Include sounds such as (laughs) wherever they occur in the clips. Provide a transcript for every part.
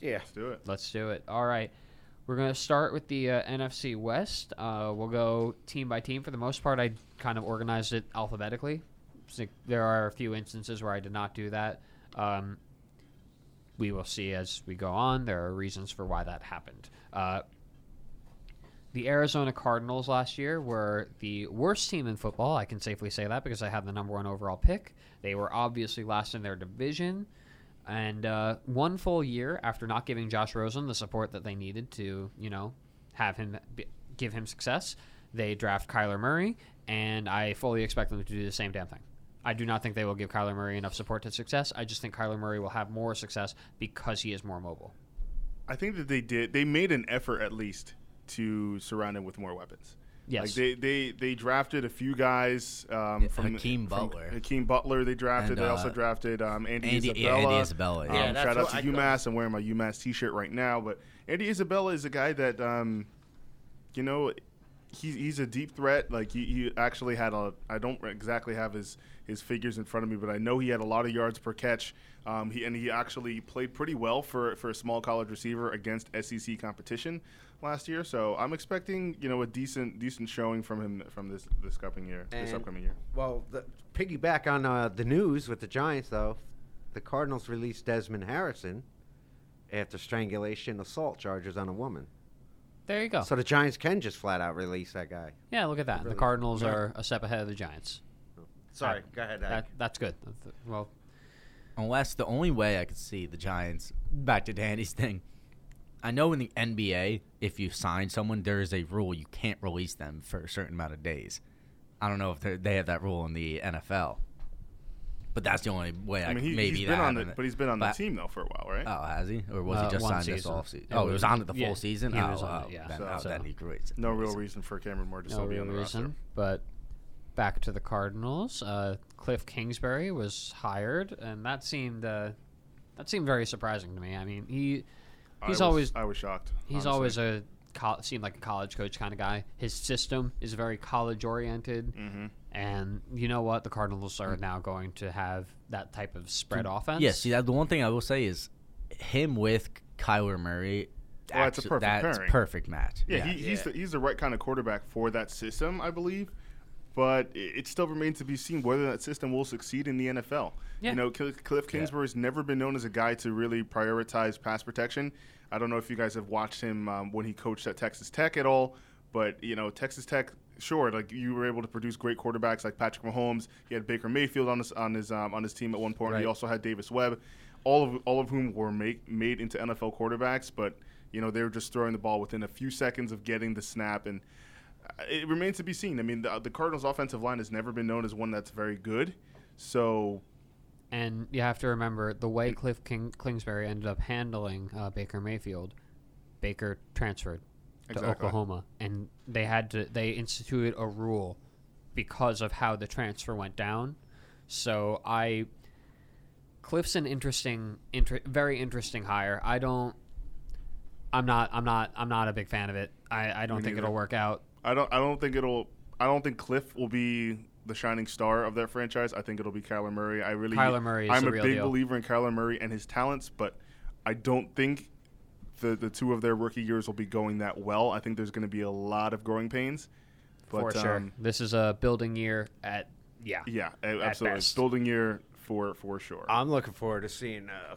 Yeah. Let's do it. Let's do it. All right. We're going to start with the uh, NFC West. Uh, we'll go team by team. For the most part, I kind of organized it alphabetically. So There are a few instances where I did not do that. Um, we will see as we go on. There are reasons for why that happened. Uh, the Arizona Cardinals last year were the worst team in football. I can safely say that because I had the number one overall pick. They were obviously last in their division. And uh, one full year after not giving Josh Rosen the support that they needed to, you know, have him b- give him success, they draft Kyler Murray, and I fully expect them to do the same damn thing. I do not think they will give Kyler Murray enough support to success. I just think Kyler Murray will have more success because he is more mobile. I think that they did. They made an effort at least to surround him with more weapons. Yes. Like they, they, they drafted a few guys um, Yeah, from Hakeem from- Butler. Hakeem Butler they drafted. And, they also uh, drafted um, Andy, Andy- yeah, Isabella. Andy Isabella, yeah. Um, Yeah, that's shout out who to I got. UMass. I'm wearing my UMass T-shirt right now. But Andy Isabella is a guy that um, you know he, he's a deep threat. Like he, he actually had a I don't exactly have his his figures in front of me, but I know he had a lot of yards per catch. Um, he and he actually played pretty well for for a small college receiver against SEC competition last year. So I'm expecting you know a decent decent showing from him from this this upcoming year. this And- upcoming year. Well, the, piggyback on uh, the news with the Giants, though, the Cardinals released Desmond Harrison after strangulation assault charges on a woman. There you go. So the Giants can just flat out release that guy. yeah, look at that. The Really? Cardinals Yeah. are a step ahead of the Giants. Sorry, go ahead. That, that's good. That's- Well, Unless the only way I could see the Giants back to Danny's (laughs) thing. I know in the NBA, if you sign someone, there is a rule you can't release them for a certain amount of days. I don't know if they're- they have that rule in the NFL, but that's the only way I, I mean, could- he, maybe he's that been on the happened. but he's been on the But- team though for a while, right? Oh, has he? Or was Uh, he just one signed this season. offseason? It Oh, he was- was on it the full yeah, season. he oh, was on it, oh, yeah. Then, So- oh, so- then he agrees. no real reason for Cameron Moore to no still be real on the reason. roster. But back to the Cardinals. Uh, Cliff Kingsbury was hired, and that seemed uh, that seemed very surprising to me. I mean, he I he's was- always I was shocked. he's honestly. always a col- seemed like a college coach kind of guy. His system is very college oriented, Mhm. and you know what? The Cardinals are now going to have that type of spread offense. Yeah, see, that, the one thing I will say is him with Kyler Murray. Well, it's a actu- perfect that's pairing. perfect match. Yeah, he, he's the, he's the right kind of quarterback for that system, I believe. But i- it still remains to be seen whether that system will succeed in the NFL. Yeah. You know, Cl- Cliff Kingsbury's never been known as a guy to really prioritize pass protection. I don't know if you guys have watched him um, when he coached at Texas Tech at all, but you know, Texas Tech, sure, like you were able to produce great quarterbacks like Patrick Mahomes. He had Baker Mayfield on his on his um, on his team at one point. He Right. also had Davis Webb, all of all of whom were make, made into NFL quarterbacks, but you know they were just throwing the ball within a few seconds of getting the snap, and uh, it remains to be seen. I mean, the, the Cardinals' offensive line has never been known as one that's very good, so And you have to remember the way Cliff King- Kingsbury ended up handling uh, Baker Mayfield. Baker transferred to Exactly. Oklahoma, and they had to they instituted a rule because of how the transfer went down. So I, Cliff's an interesting, inter- very interesting hire. I don't. I'm not. I'm not. I'm not a big fan of it. I, I don't Me think neither. it'll work out. I don't I don't think it'll I don't think Cliff will be the shining star of that franchise. I think it'll be Kyler Murray. I really Kyler Murray is I'm the a real big deal. believer in Kyler Murray and his talents, but I don't think the the two of their rookie years will be going that well. I think there's going to be a lot of growing pains. But for sure, um, this is a building year at yeah. yeah, a- absolutely. best. Building year for for sure. I'm looking forward to seeing uh,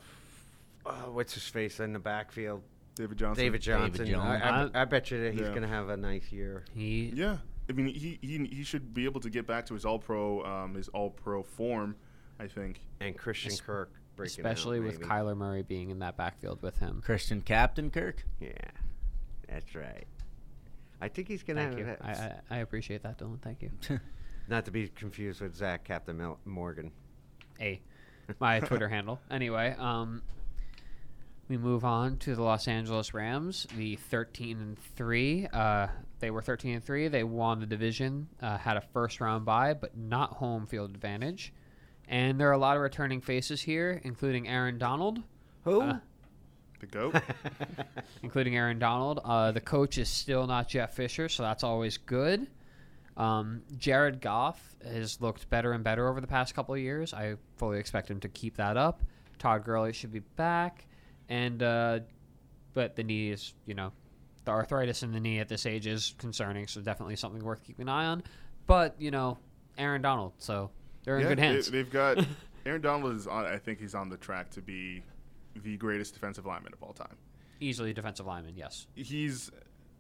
uh, what's his face in the backfield, David Johnson. David Johnson. Jones. I, I- I bet you that he's Yeah. going to have a nice year. He Yeah, I mean he, he he should be able to get back to his All Pro um, his All Pro form. I think. And Christian Kirk breaking out, especially with maybe. Kyler Murray being in that backfield with him. Christian Captain Kirk. Yeah, that's right. I think he's going to Thank have you. that- I, I, I appreciate that, Dylan. Thank (laughs) you. not to be confused with Zach Captain Mel- Morgan. A, my Twitter handle. Anyway, um, we move on to the Los Angeles Rams, the 13 and three. Uh, they were 13 and three. They won the division, uh, had a first round bye, but not home field advantage. And there are a lot of returning faces here, including Aaron Donald. Who? Uh, The goat. (laughs) including Aaron Donald. Uh, the coach is still not Jeff Fisher, so that's always good. Um, Jared Goff has looked better and better over the past couple of years. I fully expect him to keep that up. Todd Gurley should be back. and uh, but the knee is you know the arthritis in the knee at this age is concerning, so definitely something worth keeping an eye on. But you know, Aaron Donald, so they're in Yeah, good hands. They, have (laughs) got Aaron Donald is on. I think he's on the track to be the greatest defensive lineman of all time. Easily defensive lineman, yes. He's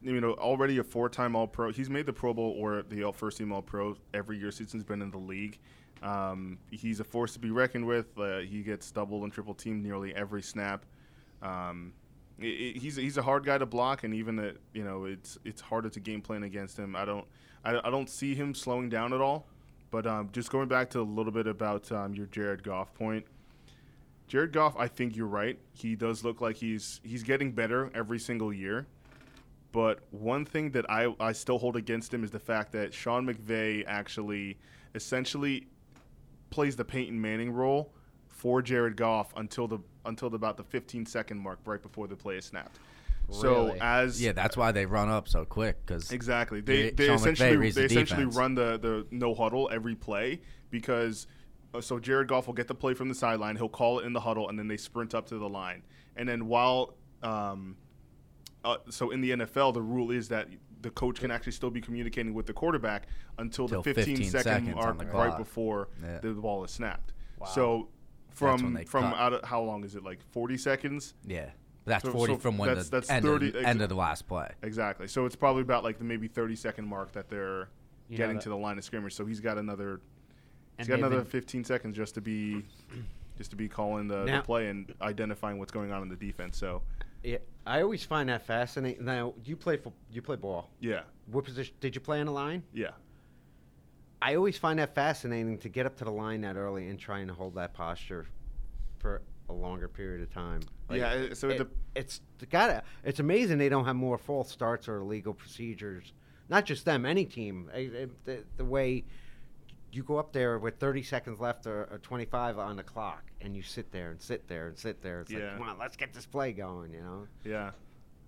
you know already a four-time All-Pro. He's made the Pro Bowl or the all- first team All-Pro every year since he's been in the league. Um, he's a force to be reckoned with. Uh, he gets double and triple teamed nearly every snap. Um, i i he's he's a hard guy to block, and even at, you know it's it's harder to game plan against him. I don't I, I don't see him slowing down at all. But um, just going back to a little bit about um, your Jared Goff point, Jared Goff, I think you're right. He does look like he's he's getting better every single year. But one thing that I, I still hold against him is the fact that Sean McVay actually essentially plays the Peyton Manning role for Jared Goff until the until the, about the 15 second mark right before the play is snapped. So Really? as Yeah, that's why they run up so quick because Exactly. They Yeah, they Sean McVay essentially reads they the essentially defense. run the the no huddle every play because uh, so Jared Goff will get the play from the sideline, he'll call it in the huddle, and then they sprint up to the line. And then while um, uh, so in the NFL, the rule is that the coach can actually still be communicating with the quarterback until the Till 15, 15 second seconds on mark the right clock. before Yeah. the ball is snapped. Wow. So when from they from cut. out of, how long is it? Like forty seconds. yeah, that's So- forty so from when that's- the that's end, 30 of, the- end exa- of the last play. Exactly. So it's probably about like the maybe 30 second mark that they're You know getting that- to the line of scrimmage. So he's got another he's And got they've another been- 15 seconds just to be just to be calling the, the Now- play and identifying what's going on in the defense. So Yeah, I always find that fascinating. Now you play fo- you play ball. yeah, What position did you play on the line? yeah, I always find that fascinating to get up to the line that early and trying to hold that posture for a longer period of time. Like, yeah. uh, So it, the it's got It's amazing they don't have more false starts or illegal procedures. Not just them, any team. I- I- the, the way you go up there with 30 seconds left or, or 25 on the clock, and you sit there and sit there and sit there. It's like, Yeah. come on, let's get this play going. You know. yeah.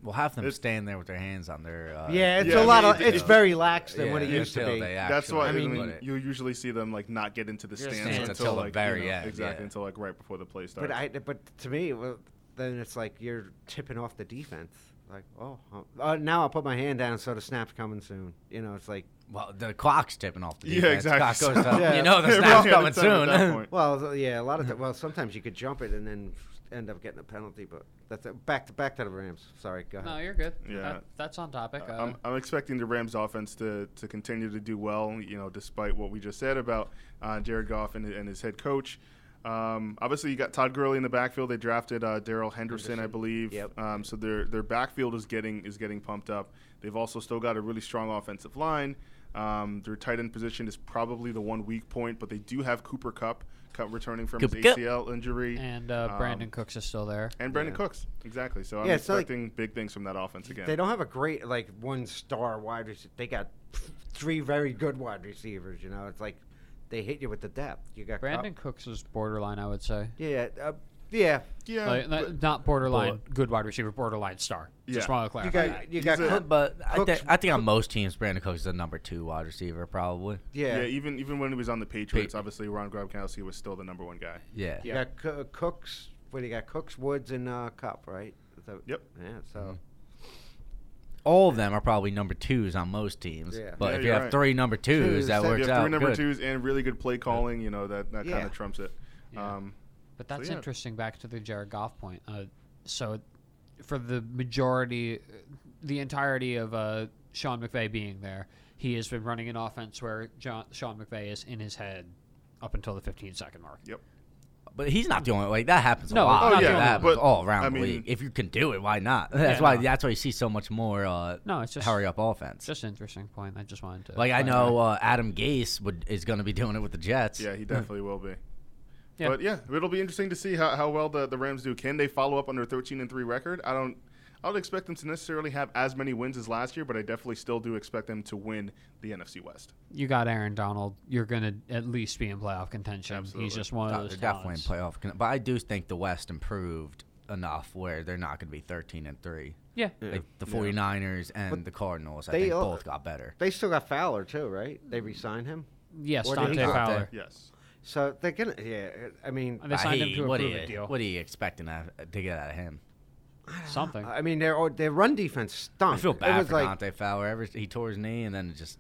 We'll have them It's- stand there with their hands on their uh, yeah, it's yeah, I a lot mean, of. it- It's it- very lax than what it yeah, used to until be. they That's why I actually mean, put mean, it. you usually see them like not get into the Yeah, stands stands until, until the like, you very know, end, exactly yeah. until like right before the play starts. But I, but to me, well, then it's like you're tipping off the defense. Like, oh, oh, uh, now I'll put my hand down, so the snap's coming soon. You know, it's like, Well, the clock's tipping off the Yeah, defense. exactly. Clock goes (laughs) up. Yeah. You know the Every snap's other coming time at that soon. point. well, th- yeah, a lot Mm-hmm. of, th- well, sometimes you could jump it and then end up getting a penalty. But that's it. back to back to the Rams. Sorry, go ahead. No, you're good. Yeah. That- that's on topic. Uh, I'm, I'm expecting the Rams offense to, to continue to do well, you know, despite what we just said about uh, Jared Goff and, and his head coach. Um, obviously, you got Todd Gurley in the backfield. They drafted uh, Daryl Henderson, I Henderson. believe. Yep. Um, so their their backfield is getting is getting pumped up. They've also still got a really strong offensive line. Um, their tight end position is probably the one weak point, but they do have Cooper Cup, Cup returning from Cooper his Kupp. ACL injury, and uh, Brandon um, Cooks is still there. and Brandon Yeah. Cooks. Exactly. So I'm Yeah, it's not like- expecting big things from that offense again. They don't have a great like one star wide receiver. They got three very good wide receivers. You know, it's like they hit you with the depth. You got Cup- Brandon Cooks is borderline, I would say. Yeah, uh, yeah. yeah, Like, but- not- not borderline good wide receiver, borderline star. Just Yeah. want to You clarify. that. got you He's got a- (laughs) Cup- But I, Cooks- thi- I think on most teams, Brandon Cooks is the number two wide receiver, probably. Yeah. yeah. even even when he was on the Patriots, Pa- obviously Ron Gronkowski was still the number one guy. Yeah. You got Co- Cooks. What do you got? Cooks, Woods, and uh, Cup, right? Is that- Yep. Yeah. So All of them are probably number twos on most teams. Yeah. But Yeah, if you you're have right. three number twos, Twos, that so If works you have out. three number good. twos and really good play calling, you know that that kind Yeah. of trumps it. Yeah. Um, But that's yeah. interesting. Back to the Jared Goff point. Uh, so, for the majority, the entirety of uh, Sean McVay being there, he has been running an offense where John, Sean McVay is in his head up until the 15 second mark. yep. But he's not the only like that happens. No, a lot. Oh, not That the only one. happens all around I the mean- league. If you can do it, why not? (laughs) That's Yeah, why. no. That's why you see so much more. Uh, No, it's just hurry up offense. Just an interesting point. I just wanted to like I clarify. know uh, Adam Gase would is going to be (laughs) doing it with the Jets. Yeah, he definitely will be. Yeah. But yeah, it'll be interesting to see how, how well the, the Rams do. Can they follow up on their thirteen and three record? I don't. I don't expect them to necessarily have as many wins as last year, but I definitely still do expect them to win the NFC West. you got Aaron Donald. You're gonna at least be in playoff contention. Absolutely. He's just one No, of they're those. definitely in talents. playoff. con- But I do think the West improved enough where they're not going to be 13 and 3. Yeah, Like the 49ers and the Cardinals, I they think all- both got better. They still got Fowler too, right? They re-signed him, yes, Or did Dante he- Dante. Fowler. Yes. so they're gonna. Yeah, uh, I mean, They signed But him hey, to a what, are proven you, deal. what are you expecting out- to get out of him? (sighs) something. I mean, their their run defense stunk. I feel It bad was for like, Dante Fowler. Ever he tore his knee and then it just.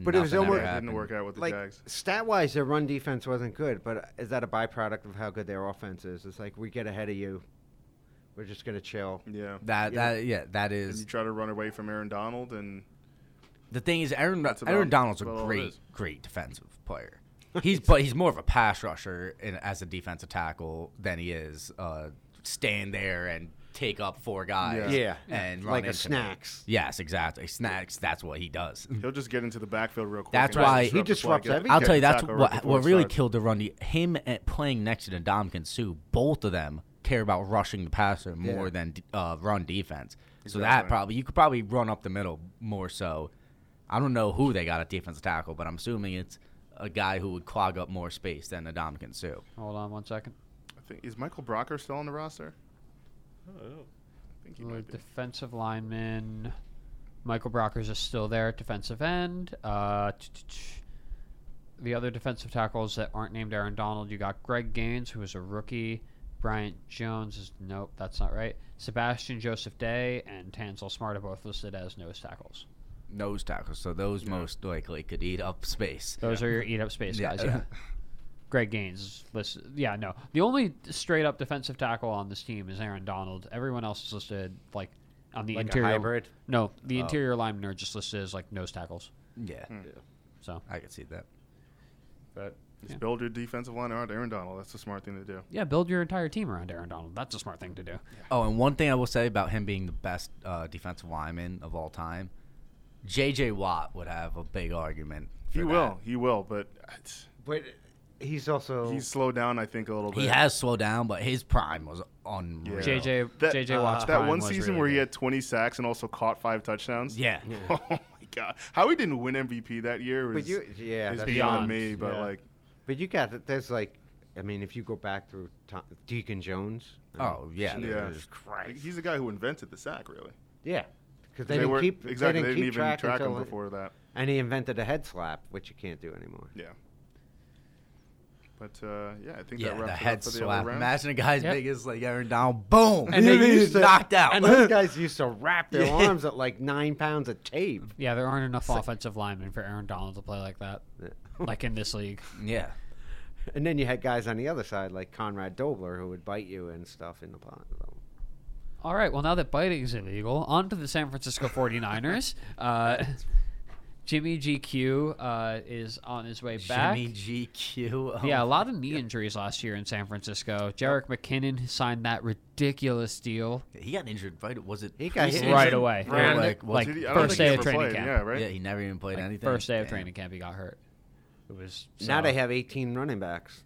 But it was nothing almost- ever It It happened. didn't work out with the like Jags. stat wise, their run defense wasn't good. But uh, is that a byproduct of how good their offense is? It's like we get ahead of you, we're just gonna chill. Yeah. That Yeah. that yeah that And is you try to run away from Aaron Donald, and the thing is Aaron That's about- Aaron Donald's a about all it great is. great (laughs) defensive player. He's but he's more of a pass rusher in, as a defensive tackle than he is uh, stand there and take up four guys. Yeah. and run like a into them. snacks. Yes, exactly. Snacks. That's what he does. he'll just get into the backfield real quick. That's and why- just He disrupts the flag, get- everything. I'll Yeah, get tell you, the that's tackle what right before what it really starts. killed the run. de- Him at playing next to Domkin Sue, both of them care about rushing the passer more Yeah. than uh, run defense. So that Exactly. probably you could probably run up the middle more so. I don't know who they got at defensive tackle, but I'm assuming it's a guy who would clog up more space than a Domkin Sue. Hold on one second. I think, is Michael Brocker still on the roster? I think he Oh, Uh, might be. defensive lineman. Michael Brockers is still there at defensive end. Uh, t- t- t- the other defensive tackles that aren't named Aaron Donald, you got Greg Gaines, who is a rookie. Bryant Jones is nope, that's not right. Sebastian Joseph Day and Tansel Smart are both listed as nose tackles. Nose tackles, so those most likely could eat up space. Those are your eat up space Yeah. guys. (laughs) Yeah. Greg Gaines is listed. Yeah, no. The only straight up defensive tackle on this team is Aaron Donald. Everyone else is listed like on the Like a interior hybrid? No, the Oh. interior linemen are just listed as like nose tackles. Yeah, So, I could see that. but Just build your defensive line around Aaron Donald. That's the smart thing to do. yeah, build your entire team around Aaron Donald. That's a smart thing to do. Oh, and one thing I will say about him being the best uh, defensive lineman of all time, J.J. Watt would have a big argument. He For that. will. He will. But it's, But he's also he's slowed down, I think, a little bit. He has slowed down, but his prime was unreal. Yeah. JJ JJ Watt's that prime one was season really where he good. had 20 sacks and also caught five touchdowns. Yeah. (laughs) Oh my god! How he didn't win MVP that year is, But you, yeah, is that's beyond beyond, me. But yeah. like, But you got that. There's like, I mean, if you go back through Tom, Deacon Jones. I mean, Oh yeah. Yeah. Jesus Christ. he's the guy who invented the sack, really. yeah, because they, were didn't keep exactly. They didn't, keep even track, track him until- before that. And he invented a head slap, which you can't do anymore. Yeah. But uh, yeah, I think Yeah, that the wraps it head up for the slap. other round. Imagine a guy's Yep. big as like Aaron Donald. Boom. (laughs) And they used to, knocked out. And those guys used to wrap (laughs) their Yeah. arms at like nine pounds of tape. Yeah, there aren't enough offensive linemen for Aaron Donald to play like that, like in this league. yeah. And then you had guys on the other side like Conrad Dobler who would bite you and stuff in the pond. All right. Well, now that biting is illegal, on to the San Francisco 49ers. Uh, Jimmy GQ uh, is on his way back. Jimmy GQ. Oh, yeah, a lot of knee injuries last year in San Francisco. Jarek McKinnon signed that ridiculous deal. He got injured right. Was it? He got hit preseason? Right away. Right away. Like, Was like, it- I don't first think he day of ever training played, camp. Yeah, right. Yeah. He never even played Like, anything. first day of Damn. training camp, he got hurt. It was Now they so- have 18 running backs.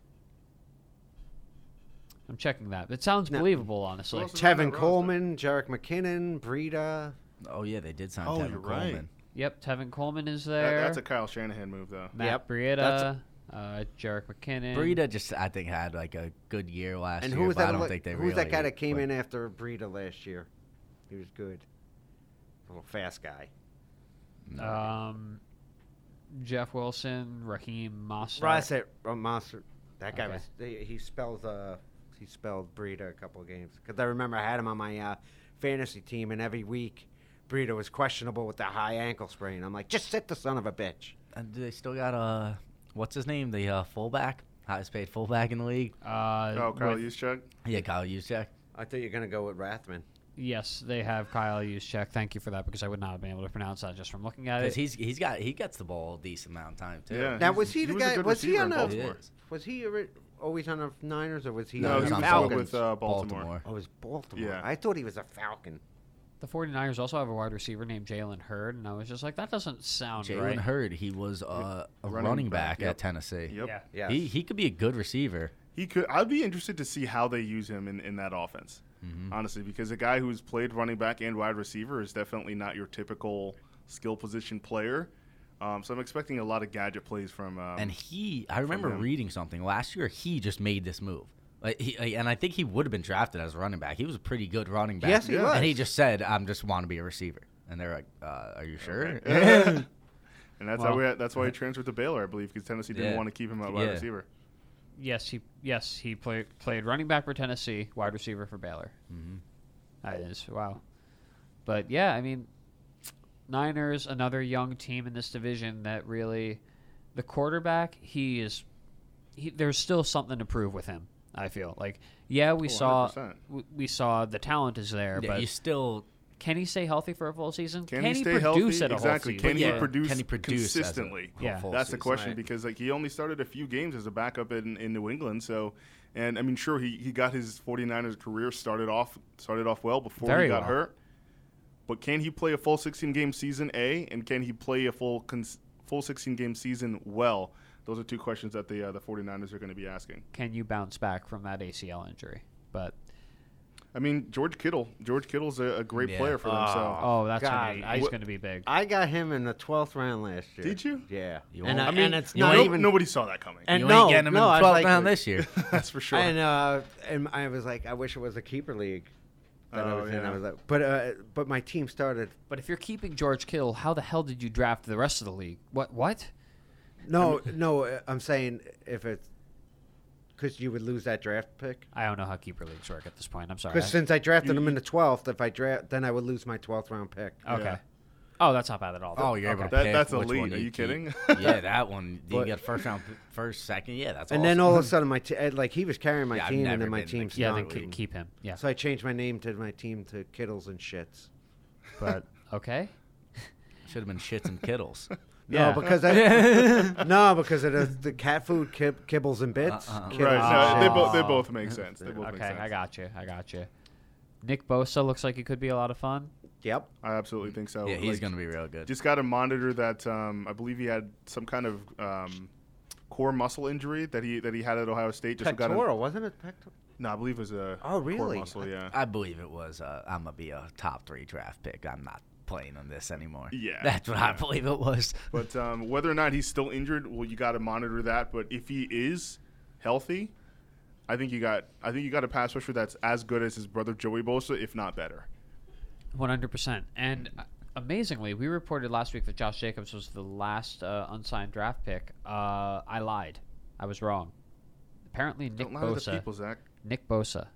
I'm checking that. It sounds No. believable, honestly. Who else is on that Tevin roster? Coleman, Jarek McKinnon, Breida. Oh yeah, they did sign Oh, Tevin you're right. Coleman. Yep, Tevin Coleman is That- there. that's a Kyle Shanahan move, though. Matt Yep, Breida, that's- uh, Jarek McKinnon. Breida just, I think, had like a good year last And year. who was but that? I don't li- think they who was that really guy that came put- in after Breida last year? He was good. Little fast guy. No. Um, Jeff Wilson, Raheem Mossad. Rossett, uh, Monster. That guy Okay. was. He, he spells. Uh, he spelled Breida a couple of games because I remember I had him on my uh, fantasy team, and every week Breida was questionable with the high ankle sprain. I'm like, just sit the son of a bitch. And do they still got uh, what's his name? The uh, fullback, highest paid fullback in the league. Uh, Oh, Kyle with- Juszczyk. Yeah, Kyle Juszczyk. I thought you were gonna go with Rathman. yes, they have Kyle Juszczyk. Thank you for that because I would not have been able to pronounce that just from looking at it. Because he's he's got he gets the ball a decent amount of time too. Yeah. Now he's- was he he the was a guy? good Was he receiver in on the? Baltimore. Was he ori- always on the Niners or was he? No, on he the was on Falcons? with, uh, Baltimore. Oh, it was Baltimore. Yeah. I thought he was a Falcon. the 49ers also have a wide receiver named Jalen Hurd, and I was just like, that doesn't sound Jalen right. Hurd, he was uh, a running, Running back, back, at yep. Tennessee. Yep. Yeah. Yes. He he could be a good receiver. He could. I'd be interested to see how they use him in, in that offense, honestly, because a guy who's played running back and wide receiver is definitely not your typical skill position player. Um, so I'm expecting a lot of gadget plays from. Um, And he, I remember him. reading something last year. He just made this move. Like he, like, and I think he would have been drafted as a running back. He was a pretty good running back. Yes, he Yeah. was. And he just said, "I'm just want to be a receiver." And they're like, uh, "Are you (laughs) sure?" (laughs) and that's how Well- we, that's why he transferred to Baylor, I believe, because Tennessee didn't Yeah. want to keep him at wide Yeah. receiver. Yes, he yes he played played running back for Tennessee, wide receiver for Baylor. That is wow. But yeah, I mean, Niners another young team in this division that really, the quarterback he is, he, there's still something to prove with him. I feel like yeah we Oh, saw 100%. we, we saw the talent is there, Yeah, but you still can he stay healthy for a full season? Can, he stay produce healthy? at a whole exactly. season? Can Yeah. he produce? Can he produce as a consistently? whole Yeah. full that's the season? question right. because like he only started a few games as a backup in, in New England. So, and I mean, sure he, he got his 49ers career started off started off well before Very he got well. hurt. But can he play a full 16 game season? A and can he play a full cons- full 16 game season well? Those are two questions that the uh, the 49ers are going to be asking. Can you bounce back from that ACL injury? But I mean, George Kittle. George Kittle's a, a great Yeah. Ah. player for them. So oh, that's God, gonna be, I- he's going to be big. I got him in the twelfth round last year. Did you? Yeah. You and, won't- I, I I mean, and it's no- not even. nobody saw that coming. And you no, ain't getting him no, I in was the 12th like- round (laughs) this year. that's for sure. And uh, and I was like, I wish it was a keeper league that I Oh, was in. yeah. I was like, but uh, but my team started. But if you're keeping George Kittle, how the hell did you draft the rest of the league? What? What? No, no, uh, (laughs) I'm saying if it's because you would lose that draft pick. I don't know how keeper leagues work at this point. I'm sorry. Because I- since I drafted You- him in the twelfth, if I draft, then I would lose my twelfth round pick. okay. Yeah. Oh, that's not bad at all. Oh, you're able to Okay. That- pick that's a which lead. one Are you keep. kidding? yeah, that (laughs) one. You But- got first round, first, second. Yeah, that's. and awesome. then all of a sudden, my t- uh, like he was carrying my Yeah, I've team, and never then my been team like- Yeah, stunk. then keep, keep him. Yeah. So I changed my name to my team to Kittles and Shits. (laughs) But okay. should have been shits and (laughs) kittles. No, Yeah. because I, no, because of the, the cat food kib- kibbles and bits. Uh-uh. Kittles Right. No, and they Shits. both they Oh. both make sense. They both Okay. make sense. I got you. I got you. Nick Bosa looks like he could be a lot of fun. Yep. I absolutely think so. yeah, he's Oh, Like, gonna be real good. Just got to monitor that. Um, I believe he had some kind of um, core muscle injury that he that he had at Ohio State. Just got Pectoral, wasn't it? Pectoral. No, I believe it was a Oh, core really? muscle. Yeah. I believe it was. Uh, I'm gonna be a top three draft pick. I'm not playing on this anymore. Yeah, (laughs) that's what I yeah. believe it was. But um, whether or not he's still injured, well, you got to monitor that. But if he is healthy, I think you got I think you got a pass rusher that's as good as his brother Joey Bosa, if not better. One hundred percent. And uh, amazingly, we reported last week that Josh Jacobs was the last uh, unsigned draft pick. Uh, I lied. I was wrong. Apparently, Nick Don't lie to the Bosa. people, Zach. Nick Bosa,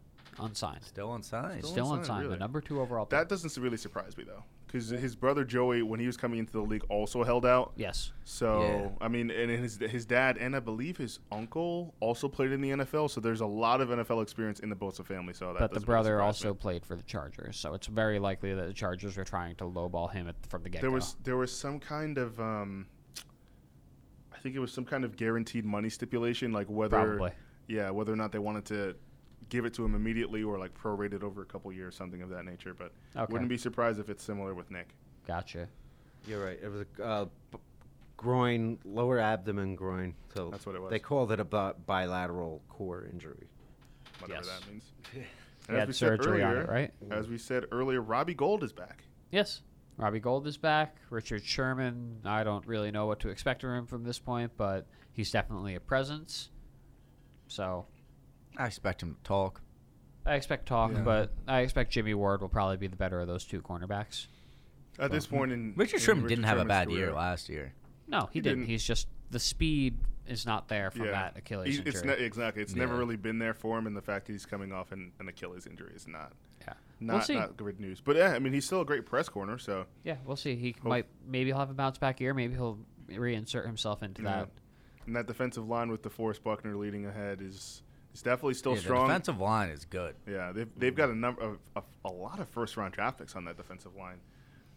unsigned. (laughs) Still on sign. Still Still unsigned, unsigned. The really. number two overall pick. That doesn't really surprise me though, because his brother Joey, when he was coming into the league, also held out. yes. So Yeah. I mean, and his his dad and I believe his uncle also played in the NFL. So there's a lot of NFL experience in the Bosa family. So that But the doesn't really brother surprise also me. played for the Chargers, so it's very likely that the Chargers were trying to lowball him at, from the get-go. there was there was some kind of um, I think it was some kind of guaranteed money stipulation, like whether Probably. yeah whether or not they wanted to give it to him immediately or like prorate it over a couple years, something of that nature. But Okay. wouldn't be surprised if it's similar with Nick. Gotcha. You're right. It was a uh, b- groin, lower abdomen groin. So That's what it was. They called it a bi- bilateral core injury. Whatever Yes. that means. (laughs) He as had we said surgery on it, earlier- right? As we said earlier, Robbie Gold is back. Yes. Robbie Gold is back. Richard Sherman, I don't really know what to expect from him from this point, but he's definitely a presence. So I expect him to talk. I expect talk, Yeah. but I expect Jimmy Ward will probably be the better of those two cornerbacks. At this point in Richard in Sherman didn't have a Sherman's bad career. year last year. No, he, He didn't. didn't. He's just the speed is not there from that Achilles He- injury. It's ne- exactly. It's never Yeah. really been there for him, and the fact that he's coming off an, an Achilles injury is not yeah. not, we'll see. not good news. But yeah, I mean, he's still a great press corner. So Yeah, we'll see. He might maybe he'll have a bounce back year. Maybe he'll reinsert himself into Yeah. that. and that defensive line with DeForest Buckner leading ahead is is definitely still Yeah, strong. The defensive line is good. yeah, they've they've got a number of a, a lot of first round draft picks on that defensive line.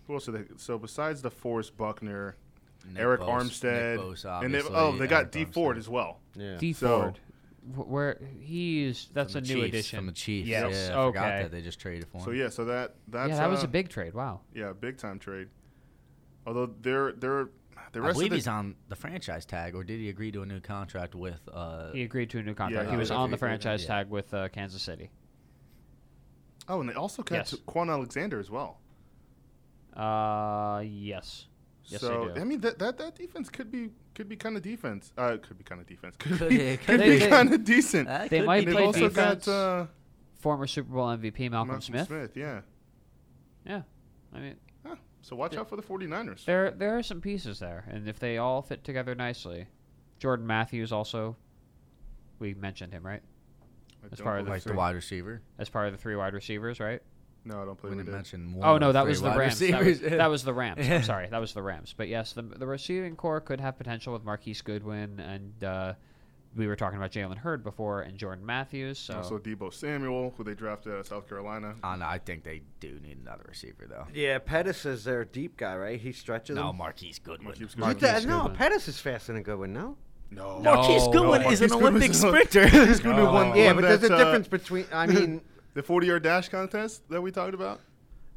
Who else? Are they, so besides DeForest Buckner, Nick Eric Bose- Armstead, Nick Bose, and they've obviously, oh they got Eric D Ford Armstead. as well. Yeah. D So- Ford, wh- where he's that's From a new the Chiefs, addition. from the Chiefs. Yes. Yeah, I forgot Okay. that they just traded for him. So yeah, so that that's yeah, that was uh, a big trade. Wow. yeah big time trade. Although they're they're the I rest believe of the he's on the franchise tag, or did he agree to a new contract with? Uh, He agreed to a new contract. he he was did. on He the agreed, franchise yeah. tag with uh, Kansas City. Oh, and they also got Yes. to Quan Alexander as well. Uh, yes. Yes, they so do. I mean that, that that defense could be could be kind of defense. Uh, could be kind of defense. (laughs) Could, Could- be, yeah, could could be be. kind of decent. that They could might be And they've play also defense. got uh, Former Super Bowl MVP Malcolm, Smith. Yeah. Yeah. I mean, Huh. So watch Yeah. out for the 49ers. there there are some pieces there, and if they all fit together nicely, Jordan Matthews also. We mentioned him, right? I as don't far as believe like the so. wide receiver. As part of the three wide receivers, right? No, I don't We believe we didn't did. mention one. Oh no, of that three was the wide Rams. That was, receivers. that (laughs) was the Rams. I'm sorry, that was the Rams. But yes, the the receiving core could have potential with Marquise Goodwin, and uh, we were talking about Jalen Hurd before and Jordan Matthews. So Also, Debo Samuel, who they drafted out of South Carolina. I don't know, I think they do need another receiver though. Yeah, Pettis is their deep guy, right? He stretches No, them. Marquise Goodwin. Marquise You Goodwin. th- Marquise no, Goodwin. Pettis is faster than Goodwin, no? No. No, Marquise No, Goodwin no, is an Marquise Goodwin's Olympic a- sprinter. Marquise Goodwin won- Oh. yeah, won but there's that, a uh, difference between. (laughs) I mean, the 40 yard dash contest that we talked about.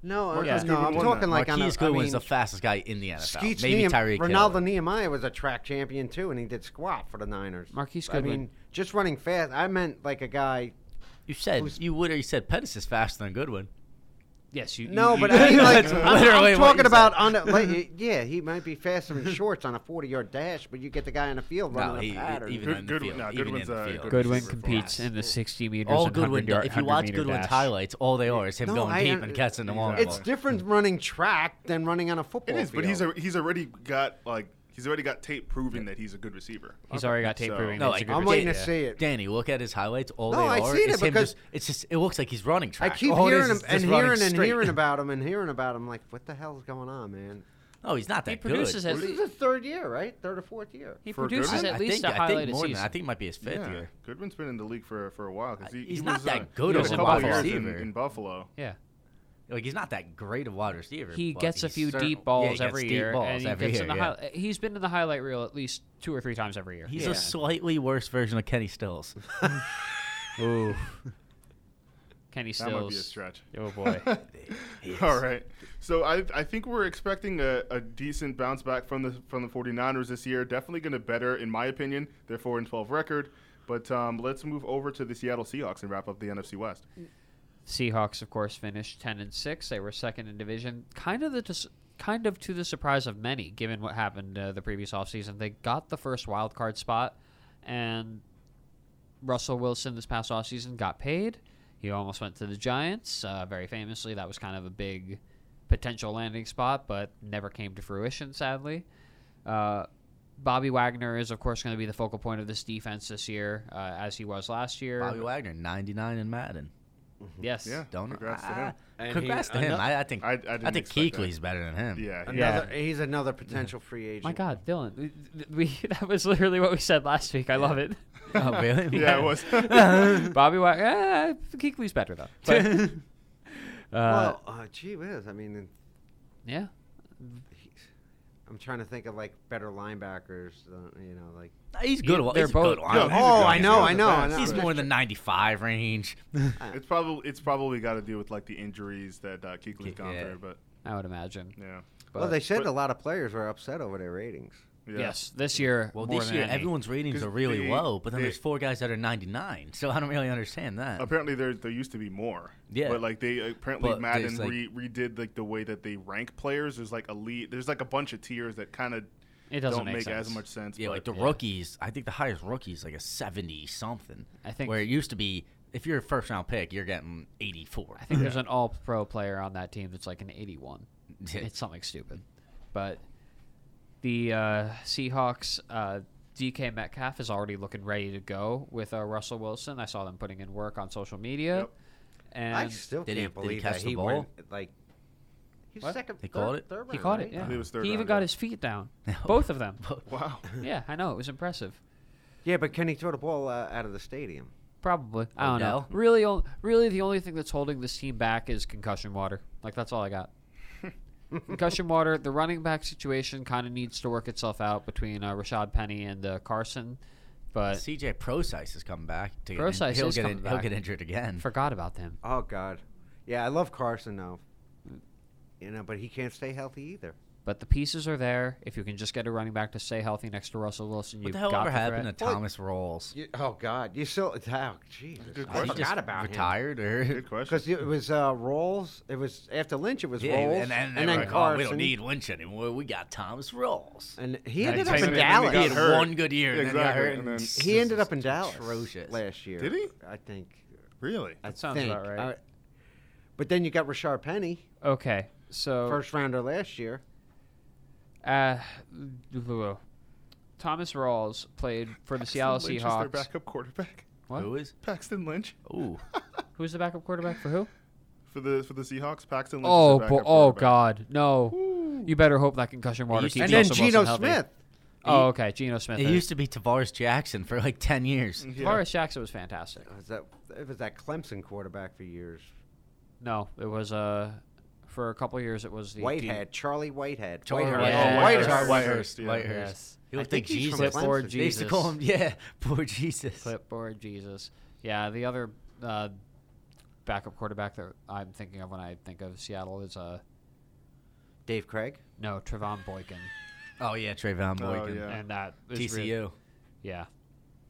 no, uh, Marquise no, Goodwin I'm won talking that. like on a, Marquise I Goodwin's mean, the fastest guy in the NFL. Skeets Maybe Nehem- Tyreek Hill. Ronaldo Nehemiah was a track champion too, and he did squat for the Niners. Marquise I Goodwin. mean, just running fast. I meant like a guy. You said Who's- you literally said Pettis is faster than Goodwin. yes, you No, you- but you- (laughs) I mean, like, That's I'm- literally what I'm, you talking said. about on. (laughs) A, like, yeah, he might be faster in shorts on a 40-yard dash, but you get the guy in the field No, running he, a pattern. even Good- in the Goodwin- field. no, even Goodwin's, in the uh, field. Goodwin's Goodwin receiver competes fast. in the 60 meters. All and Goodwin. 100 yard, does- If you 100 watch meter Goodwin's dash. highlights, all they are is him No, going I- deep and catching the long it's ball. different running track than running on a football. It is, but he's field. a, he's already got like he's already got tape proving that he's a good receiver. He's already got tape So- proving. No, that's a like, good I'm waiting to receiver. see it. Danny, look at his highlights. All No, they I are seen it is him because- just. It's just. It looks like he's running I track. keep All it is hearing him is and just running hearing and straight. hearing about him and hearing about him. Like, what the hell's going on, man? No, he's not that He produces good. at This is least his third year, right? Third or fourth year. he For produces Goodwin? I at least think, a I think highlight a more than that. I season. think it might be his fifth year. Goodwin's been in the league for, for a while because he, He's he not was, that uh, good he of was a a couple wide years in, receiver. in Buffalo. Yeah. Like he's not that great of wide receiver. He but gets a he's few certain- deep yeah, he balls gets every deep year. balls and he every gets year, in the yeah. highlight- he's been in the highlight reel at least two or three times every year. He's Yeah. a slightly worse version of (laughs) Kenny Stills. Ooh. Kenny That Stills. might be a stretch. Oh boy. He (laughs) is. All right. So I, I think we're expecting a, a decent bounce back from the from the 49ers this year. Definitely going to better, in my opinion, their 4 and 12 record. But um, let's move over to the Seattle Seahawks and wrap up the NFC West. Seahawks, of course, finished ten and six. They were second in division, kind of the dis- kind of to the surprise of many, given what happened uh, the previous offseason. They got the first wild card spot, and Russell Wilson this past offseason got paid. He almost went to the Giants, uh, very famously. That was kind of a big potential landing spot, but never came to fruition, sadly. Uh, Bobby Wagner is, of course, going to be the focal point of this defense this year, uh, as he was last year. Bobby Wagner, 99 in Madden. yes. Yeah. Don't Congrats to ah, him. And Congrats he- to him. ano- I, I think. I- I I, didn't think expect that. Keekly's better than him. Yeah. he- Another, He's another potential free agent. My God, Dylan, we, th- we (laughs) that was literally what we said last week. I love it. (laughs) Oh, (laughs) really? Yeah, it (laughs) was. (laughs) (laughs) Bobby Wagner, ah, Keekly's better though. But, uh, (laughs) Well, uh, gee whiz. I mean, yeah, he's- I'm trying to think of like better linebackers. Uh, you know, like He's good. Yeah, Yeah, they're he's both- both, good. No, one. he's a Oh, good- I he's know, one of I the know, I best. know. he's more than 95 range. It's probably it's probably got to do with like the injuries that uh, Keekly's gone Yeah. through, but I would imagine. yeah. well, But- they said but- a lot of players were upset over their ratings. yeah. Yes, this year. Well, more this than year any. everyone's ratings 'Cause are really they- low, but then they- there's four guys that are 99. So I don't really understand that. Apparently there there used to be more. Yeah. But like they apparently But Madden there's, like- re- redid like the way that they rank players. There's like elite. There's like a bunch of tiers that kind of It doesn't don't make, make, sense. as much sense. Yeah, but- like the yeah. rookies. I think the highest rookie is like a 70 something. I think- where it used to be, if you're a first round pick, you're getting 84. I think there's an all-pro player on that team that's like an 81. (laughs) Yeah. It's something stupid, but the uh, Seahawks. Uh, DK Metcalf is already looking ready to go with uh, Russell Wilson. I saw them putting in work on social media, Yep. and I still Did can't he- did he believe catch that the he ball? went like. He was What? second. He third- caught it? third He round, caught right? it. Yeah, believe it was third he even round, got yeah. his feet (laughs) down. Both of them. (laughs) wow. Yeah, I know it was impressive. Yeah, but can he throw the ball uh, out of the stadium? Probably. I don't know. Odell? Really, o- really, the only thing that's holding this team back is concussion water. Like that's all I (laughs) got. concussion water. The running back situation kind of needs to work itself out between uh, Rashad Penny and uh, Carson, but CJ Procyse is coming back. To Procise he'll uh, is get coming He'll back. get injured again. forgot about them. Oh God, yeah, I love Carson though. You know, but he can't stay healthy either. But the pieces are there. If you can just get a running back to stay healthy next to Russell Wilson, what you've the hell got ever the happened to threat. Well, Thomas Rawls? You, oh God, you still oh Jesus, Good I question. Uh, He forgot just about him. retired or (laughs) Good question. Because it was uh, Rolls. It was after Lynch. It was Yeah, Rolls, and then, they were like, oh, Carson. we don't need Lynch anymore. We got Thomas Rawls. (laughs) And he And ended then up he- in and then he Dallas. He got had hurt. one good year. And then he got Exactly, hurt. and and then- He ended up in Dallas atrocious. last year. Did he? I think. Really? I That sounds think. about right. I- but then you got Rashard Penny, Okay, so first rounder last year. Uh, Thomas Rawls played for the Seattle Paxton Lynch is their Seahawks. backup quarterback. (laughs) What? Who is? (laughs) Paxton Lynch Ooh. Who's the backup quarterback for who? for the for the Seahawks? Paxton. Lynch is their Oh, backup bo- oh quarterback. God, no! You better hope that concussion water used keeps to and be- then Russell Geno Wilson healthy. Smith. Oh, okay, Geno Smith. It is. used to be Tavares Jackson for like ten years. Mm, Yeah. Tavares Jackson was fantastic. Was that it was that Clemson quarterback for years? No, it was uh, for a couple of years it was the Whitehead, Charlie Whitehead. Whitehurst. Whitehurst. Yeah. Oh, Whitehurst. Whitehurst. Whitehurst, yeah. Whitehurst. Yes. He I looked think like he's from Jesus. Clemson. Clipboard They They used Jesus. to call him, yeah, (laughs) poor Jesus. Clipboard Jesus. Yeah, the other uh, backup quarterback that I'm thinking of when I think of Seattle is uh, Dave Craig. no Trevon Boykin, Oh yeah, Trayvon Oh, Boykin. yeah. and that is TCU. really- yeah,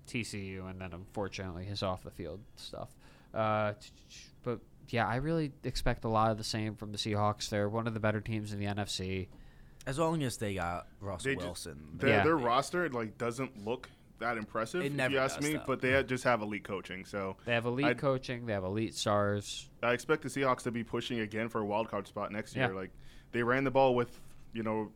TCU, and then unfortunately his off the field stuff. Uh, t- t- but yeah, I really expect a lot of the same from the Seahawks. They're one of the better teams in the NFC. As long as they got Russell They ju- Wilson. Their, Yeah. their roster like doesn't look that impressive. It if never you ask does, me, though. but they have- just have elite coaching. So They have elite I'd- coaching. They have elite stars. I expect the Seahawks to be pushing again for a wild card spot next year. Yeah. Like they ran the ball with, you know,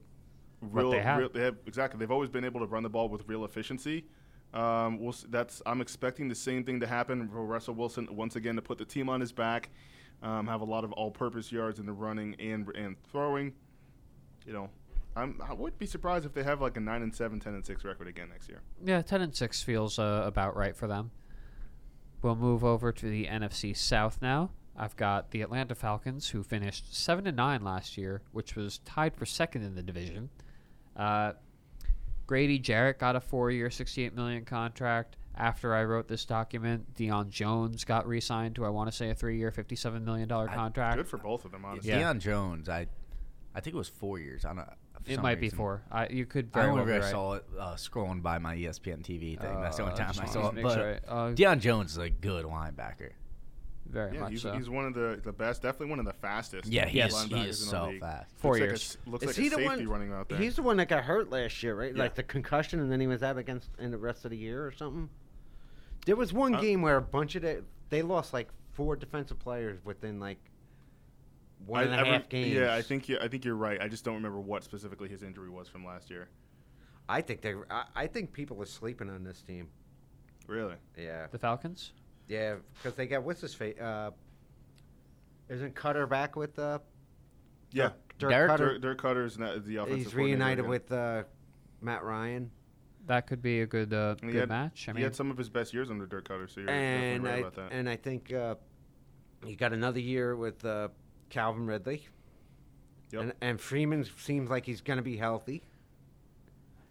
real. they have. real- they have exactly. They've always been able to run the ball with real efficiency. Um, we'll, s- that's I'm expecting the same thing to happen for Russell Wilson once again to put the team on his back, um, have a lot of all-purpose yards in the running and and throwing. You know, I'm, I would be surprised if they have like a nine and 7, 10 and six record again next year. Yeah, ten and six feels uh, about right for them. We'll move over to the NFC South now. I've got the Atlanta Falcons, who finished seven and nine last year, which was tied for second in the division. Uh, Grady Jarrett got a four-year, sixty-eight million contract. After I wrote this document, Deion Jones got re-signed to I want to say a three-year, fifty-seven million dollar I- contract. Good for both of them, honestly. Yeah. Deion Jones, I, I think it was four years. I don't. know, for it some might be reason. four. I, you could I very only well be really right. saw it uh, scrolling by my ESPN TV thing. That's the only Uh, time just wanted I saw to it. make But sure I- uh, Deion Jones is a good linebacker. very Yeah, much he's, so. he's one of the, the best, definitely one of the fastest. Yeah, he is. He linebackers is in the so league. fast. Four looks years. Like a, looks like a safety running out there. He's the one that got hurt last year, right? Yeah. Like the concussion, and then he was out against in the rest of the year or something. There was one Uh, game where a bunch of the, they lost like four defensive players within like one and a half rem- games. Yeah, I think you, I think you're right. I just don't remember what specifically his injury was from last year. I think they. I, I think people are sleeping on this team. Really? Yeah, the Falcons. yeah, because they got what's his face. Uh, isn't Cutter back with uh, Yeah. Dirk, Derek Cutter? Dirk, Dirk Cutter's not the offensive. he's coordinator reunited again. with uh, Matt Ryan. That could be a good uh, And he good had- match. I he mean, had some of his best years under Dirk Cutter, so you're and definitely right I about that. and I think uh, he got another year with uh, Calvin Ridley. Yep. And, and Freeman seems like he's going to be healthy.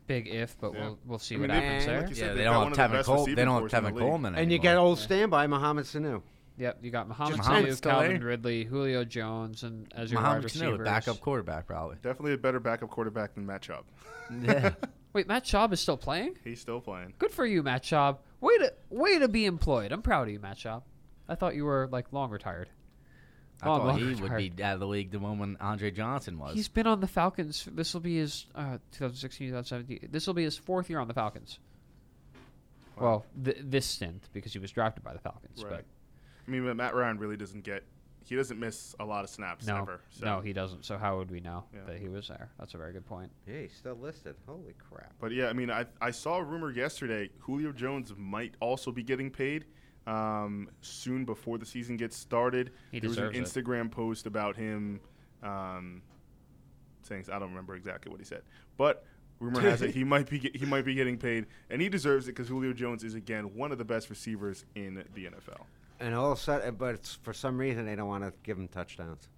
big if, but Yeah. we'll we'll see I what mean, they- happens like there. you Yeah, said, they, they've got don't one of have the Tevin best Cole. They receiving don't cores in have the Tevin league. Coleman anymore. And you got old standby Mohamed Sanu. Yep, you got Muhammad Just Muhammad's Sanu, still Calvin there? Ridley, Julio Jones, and as your wide Mohamed Sanu, receivers. a backup quarterback, probably. Definitely a better backup quarterback than Matt Chubb. Yeah. Wait, Matt Schaub is still playing. He's still playing. Good for you, Matt Schaub. Way to way to be employed. I'm proud of you, Matt Schaub. I thought you were like long retired. I Long, thought long he would retired. be out of the league the moment Andre Johnson was. He's been on the Falcons. This will be his uh, 2016, 2017. This will be his fourth year on the Falcons. Wow. Well, th- this stint because he was drafted by the Falcons. Right. I mean, but Matt Ryan really doesn't get. He doesn't miss a lot of snaps But no, ever. So. no, he doesn't. So how would we know Yeah. that he was there? That's a very good point. Yeah, he's still listed. Holy crap. But yeah, I mean, I, I saw a rumor yesterday Julio Jones might also be getting paid um, soon before the season gets started. He there was an deserves it. Instagram post about him um, saying I don't remember exactly what he said, but rumor has (laughs) it he might be get, he might be getting paid, and he deserves it because Julio Jones is again one of the best receivers in the NFL. And all of a sudden, but it's, for some reason, they don't want to give him touchdowns.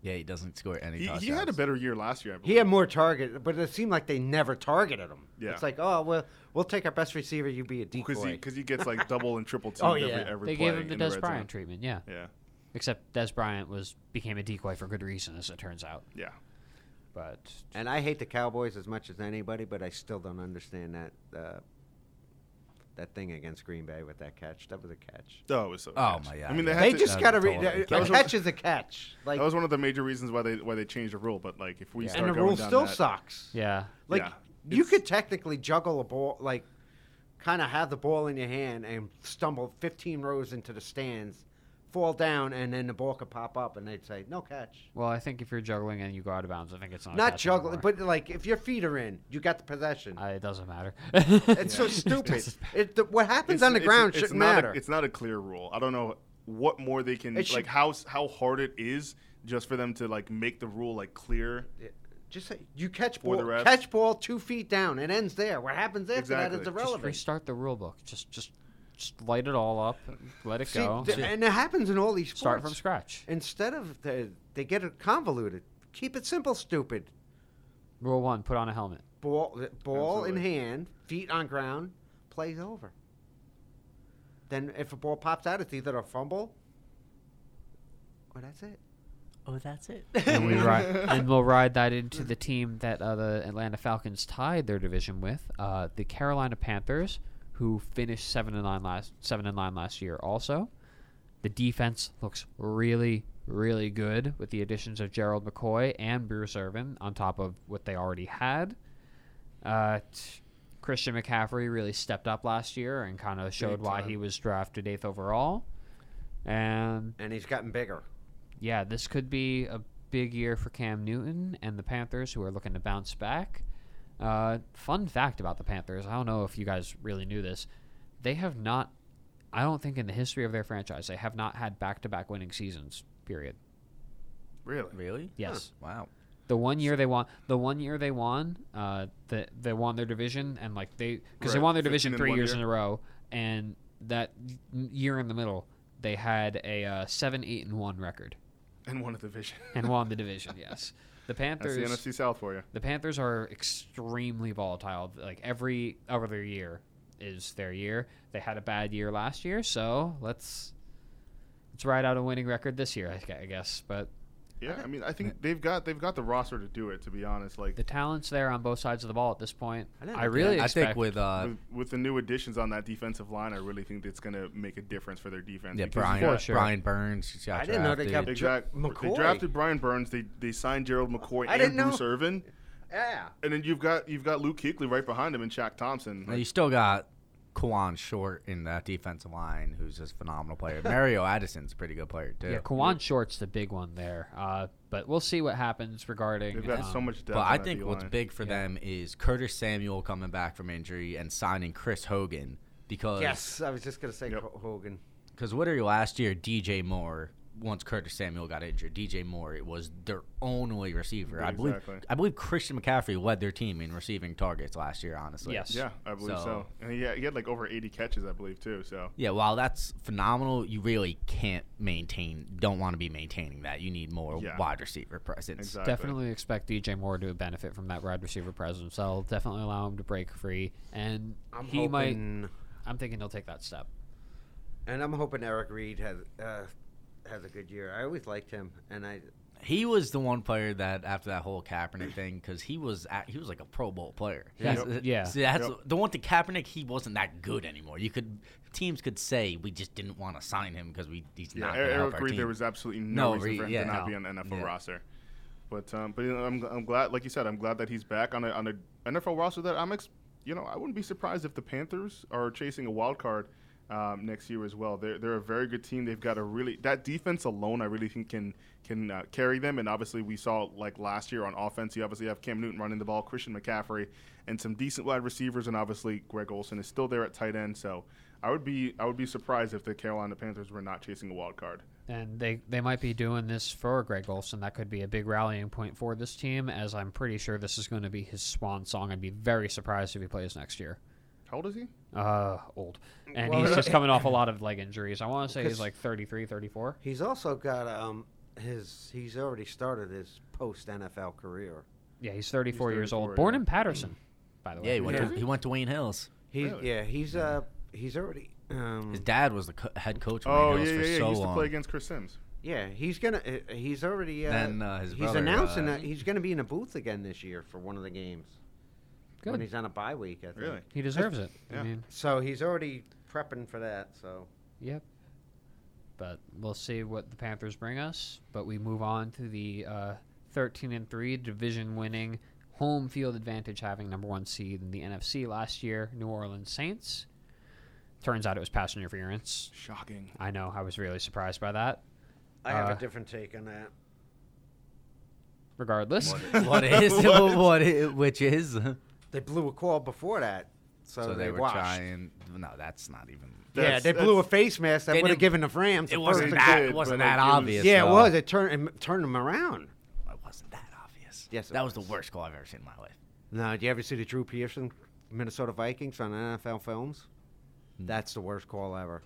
yeah, he doesn't score any He, touchdowns. he had a better year last year. I believe. He had more target, but it seemed like they never targeted him. Yeah. It's like, oh, well, we'll take our best receiver. You be a because he decoy. because he gets like double and triple teams (laughs) Oh, yeah. every, every They play gave him the in the Des red Bryant zone. treatment. Yeah. Yeah, Except Des Bryant was became a decoy for good reason, as it turns out. yeah. But and I hate the Cowboys as much as anybody, but I still don't understand that uh, that thing against Green Bay with that catch. That was a catch. Oh, it was so. Oh, bad. my I mean, God. they had They to- just that got to was re- totally- a that was- catch is a catch. Like, that was one of the major reasons why they why they changed the rule. But like, if we and start the going rule down still that, sucks. yeah, Like Yeah. you could technically juggle a ball, like kind of have the ball in your hand and stumble 15 rows into the stands, fall down, and then the ball could pop up, and they'd say no catch. well, I think if you're juggling and you go out of bounds, I think it's not a Not catch juggling, anymore. but like if your feet are in, you got the possession. Uh, it doesn't matter. it's so (laughs) (laughs) stupid. Doesn't- It, the, what happens on the it's- ground it's shouldn't not a- matter. it's not a clear rule. I don't know what more they can It should- like how s- how hard it is just for them to like make the rule like clear. Just say, you catch For ball, the refs. catch ball two feet down. It ends there. What happens after that Exactly. is Just Just irrelevant. restart the rule book. Just just just light it all up. Let it See, go. th- and it happens in all these sports. Start from scratch. Instead of the, they get it convoluted. Keep it simple, stupid. Rule one: put on a helmet. Ball, ball in Absolutely. hand, feet on ground, plays over. Then if a ball pops out, it's either a fumble or that's it. Oh, that's it. And we ride, and we'll ride that into the team that uh, the Atlanta Falcons tied their division with, uh, the Carolina Panthers, who finished seven and nine last seven and nine last year. Also, the defense looks really, really good with the additions of Gerald McCoy and Bruce Irvin on top of what they already had. Uh, t- Christian McCaffrey really stepped up last year and kind of showed why time. he was drafted eighth overall. And And he's gotten bigger. yeah, this could be a big year for Cam Newton and the Panthers, who are looking to bounce back. Uh, fun fact about the Panthers: I don't know if you guys really knew this. They have not. I don't think in the history of their franchise they have not had back-to-back winning seasons. Period. Really? really? Yes. Wow. The one year they won, the one year they won, uh, the, they won their division and like they because they Right, won their 15 division in three one years year. in a row, and that n- year in the middle they had a uh, seven, eight, and one record And won a division. and won the division. Yes, (laughs) the That's Panthers. the NFC South for you. The Panthers are extremely volatile. Like every other year is their year. They had a bad year last year, so let's let's ride out a winning record this year, I gu- I guess. But Yeah, I mean, I think they've got they've got the roster to do it. To be honest, like the talent's there on both sides of the ball at this point. I I, didn't think really I expect. think with uh, with, with the new additions on that defensive line, I really think that's going to make a difference for their defense. yeah, because Brian you For got- sure. Brian Burns. just got I didn't know they drafted. kept- Exactly. McCoy. They drafted Brian Burns. They they signed Gerald McCoy I and didn't Bruce know. Irvin, Yeah. and then you've got you've got Luke Kuechly right behind him and Shaq Thompson. Now, you still got Kawan Short in that defensive line, who's just a (laughs) phenomenal player. Mario Addison's a pretty good player too. yeah, Kawan Short's the big one there. Uh, but we'll see what happens regarding. they've got um, so much depth. But on I that think what's D-line. big for Yeah. them is Curtis Samuel coming back from injury and signing Chris Hogan because Yes, I was just gonna say Yep. Ho- Hogan. Because literally last year, DJ Moore, once Curtis Samuel got injured, DJ Moore it was their only receiver. I believe Exactly. I believe Christian McCaffrey led their team in receiving targets last year. Honestly, Yes. Yeah, I believe So- so. And he had, he had like over 80 catches, I believe, too. So Yeah, while that's phenomenal, you really can't maintain. Don't want to be maintaining that. You need more Yeah. wide receiver presence. exactly. Definitely expect DJ Moore to benefit from that wide receiver presence. I'll definitely allow him to break free, and I'm he might. hoping, I'm thinking he'll take that step. and I'm hoping Eric Reed has uh, has a good year. I always liked him, and I He was the one player that after that whole Kaepernick thing, because he was at, he was like a Pro Bowl player. Yeah. That's- Yep. Yeah. see, that's Yep. the one thing Kaepernick. He wasn't that good anymore. You could teams could say we just didn't want to sign him because we he's Yeah, not. Er- gonna help Eric our Reed, team. there was absolutely no, No, reason Reed, for him yeah, to not no. be on the NFL Yeah. roster. But um, but you know, I'm, I'm glad, like you said, I'm glad that he's back on a on a NFL roster that I'm ex- you know I wouldn't be surprised if the Panthers are chasing a wild card um, next year as well. They're they're a very good team. They've got a really that defense alone. I really think can can uh, carry them. And obviously we saw like last year on offense. You obviously have Cam Newton running the ball, Christian McCaffrey, and some decent wide receivers. And obviously Greg Olson is still there at tight end. So. I would be I would be surprised if the Carolina Panthers were not chasing a wild card. and they they might be doing this for Greg Olson. That could be a big rallying point for this team, as I'm pretty sure this is going to be his swan song. I'd be very surprised if he plays next year. How old is he? Uh, old, and Well, he's just coming off a lot of leg injuries. I want to say he's Because- like 33, 34. he's also got um his he's already started his post NFL career. Yeah, he's 34 years 34, old. Born yeah. in Patterson, by the way. Yeah, he went, Yeah. To, he went to Wayne Hills. He Really? yeah he's Hmm. uh he's already um His dad was the co- head coach of Mm. Oh Wayne Hills yeah, yeah, for yeah. so he used long. to play (laughs) against Chris Sims. yeah he's gonna uh, he's already uh, Then, uh, his he's brother, announcing uh, that he's gonna be in a booth again this year for one of the games when Good. he's on a bye week. I think. Really? He deserves it. I Yeah. mean, So he's already prepping for that. So yep. But we'll see what the Panthers bring us. But we move on to the uh, 13 and three division winning home field advantage having number one seed in the NFC last year, New Orleans Saints. Turns out it was pass interference. Shocking. I know, I was really surprised by that. I have Uh, a different take on that. Regardless, what is (laughs) What? (laughs) (laughs) what? i- which is They blew a call before that. so, so they, they, were watched. trying. No, that's not even. Yeah, That's- they blew a that's- face mask that They would have didn't- given the Rams. It the wasn't first- they that. did, it wasn't but, like, that it was- obvious. Yeah, it though. was. It turned it turned them around. It wasn't that obvious. Yes, it that was. was. the worst call I've ever seen in my life. Now, did you ever see the Drew Pearson Minnesota Vikings on NFL Films? Hmm. That's the worst call ever.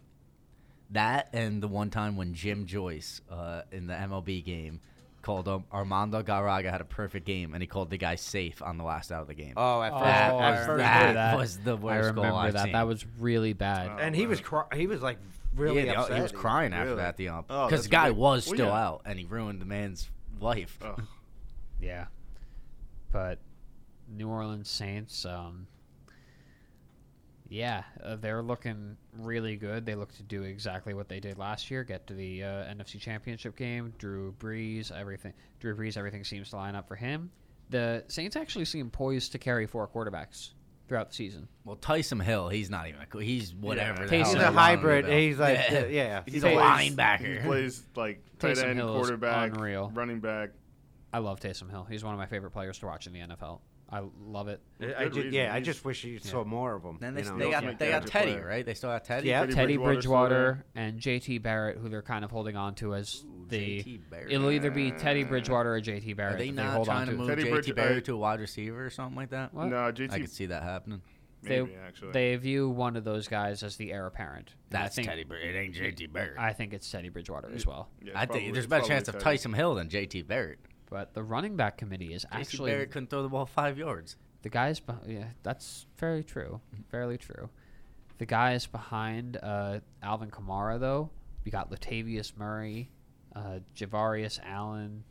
That and the one time when Jim Joyce uh, in the MLB game called um, Armando Garraga had a perfect game and he called the guy safe on the last out of the game. Oh, at Oh, first, that, at I first that base. that. was the I worst remember goal I've that. seen. That was really bad. and he was cry- he was like really yeah, the- upset. he was crying after Really? that. The ump Oh, because that's the guy really- was well, still yeah. Oh. out and he ruined the man's life. Ugh. Yeah. But New Orleans Saints, um, yeah, uh, they're looking really good. They look to do exactly what they did last year, get to the uh, NFC Championship game. Drew Brees, everything. Drew Brees, everything seems to line up for him. The Saints actually seem poised to carry four quarterbacks throughout the season. Well, Tyson Hill, he's not even. A, qu- he's whatever. Yeah. the hell Taysom He's they a want him to hybrid. be. He's like Yeah. yeah. yeah. He's a linebacker. He plays like tight Taysom end, Hill is quarterback, unreal. running back. I love Taysom Hill. He's one of my favorite players to watch in the NFL. I love it. Good I just, reason. yeah, I He's- just wish you saw more of them. (laughs) Then they, you know? they Yeah. got they got Yeah. Teddy Player. right. They still have Teddy. Yeah. Teddy Teddy Bridgewater's Bridgewater and JT Barrett, who they're kind of holding on to as Ooh, the JT Barrett. It'll either be Teddy Bridgewater or JT Barrett. Are they that not hold on trying to move Teddy JT Bridge- Barry I- to a wide receiver or something like that? What? No, I could JT. see that happening. They- Maybe actually. They view one of those guys as the heir apparent. And That's I think, Teddy Barrett. It ain't JT Barrett. I, I think it's Teddy Bridgewater as well. Yeah, it's think probably- there's it's a better probably chance of Teddy. Tyson Hill than JT Barrett. But the running back committee is JT actually Barrett couldn't throw the ball five yards. the guys. beh- yeah, that's fairly true. Fairly true. The guys behind uh, Alvin Kamara, though, we got Latavius Murray, uh, Javarius Allen.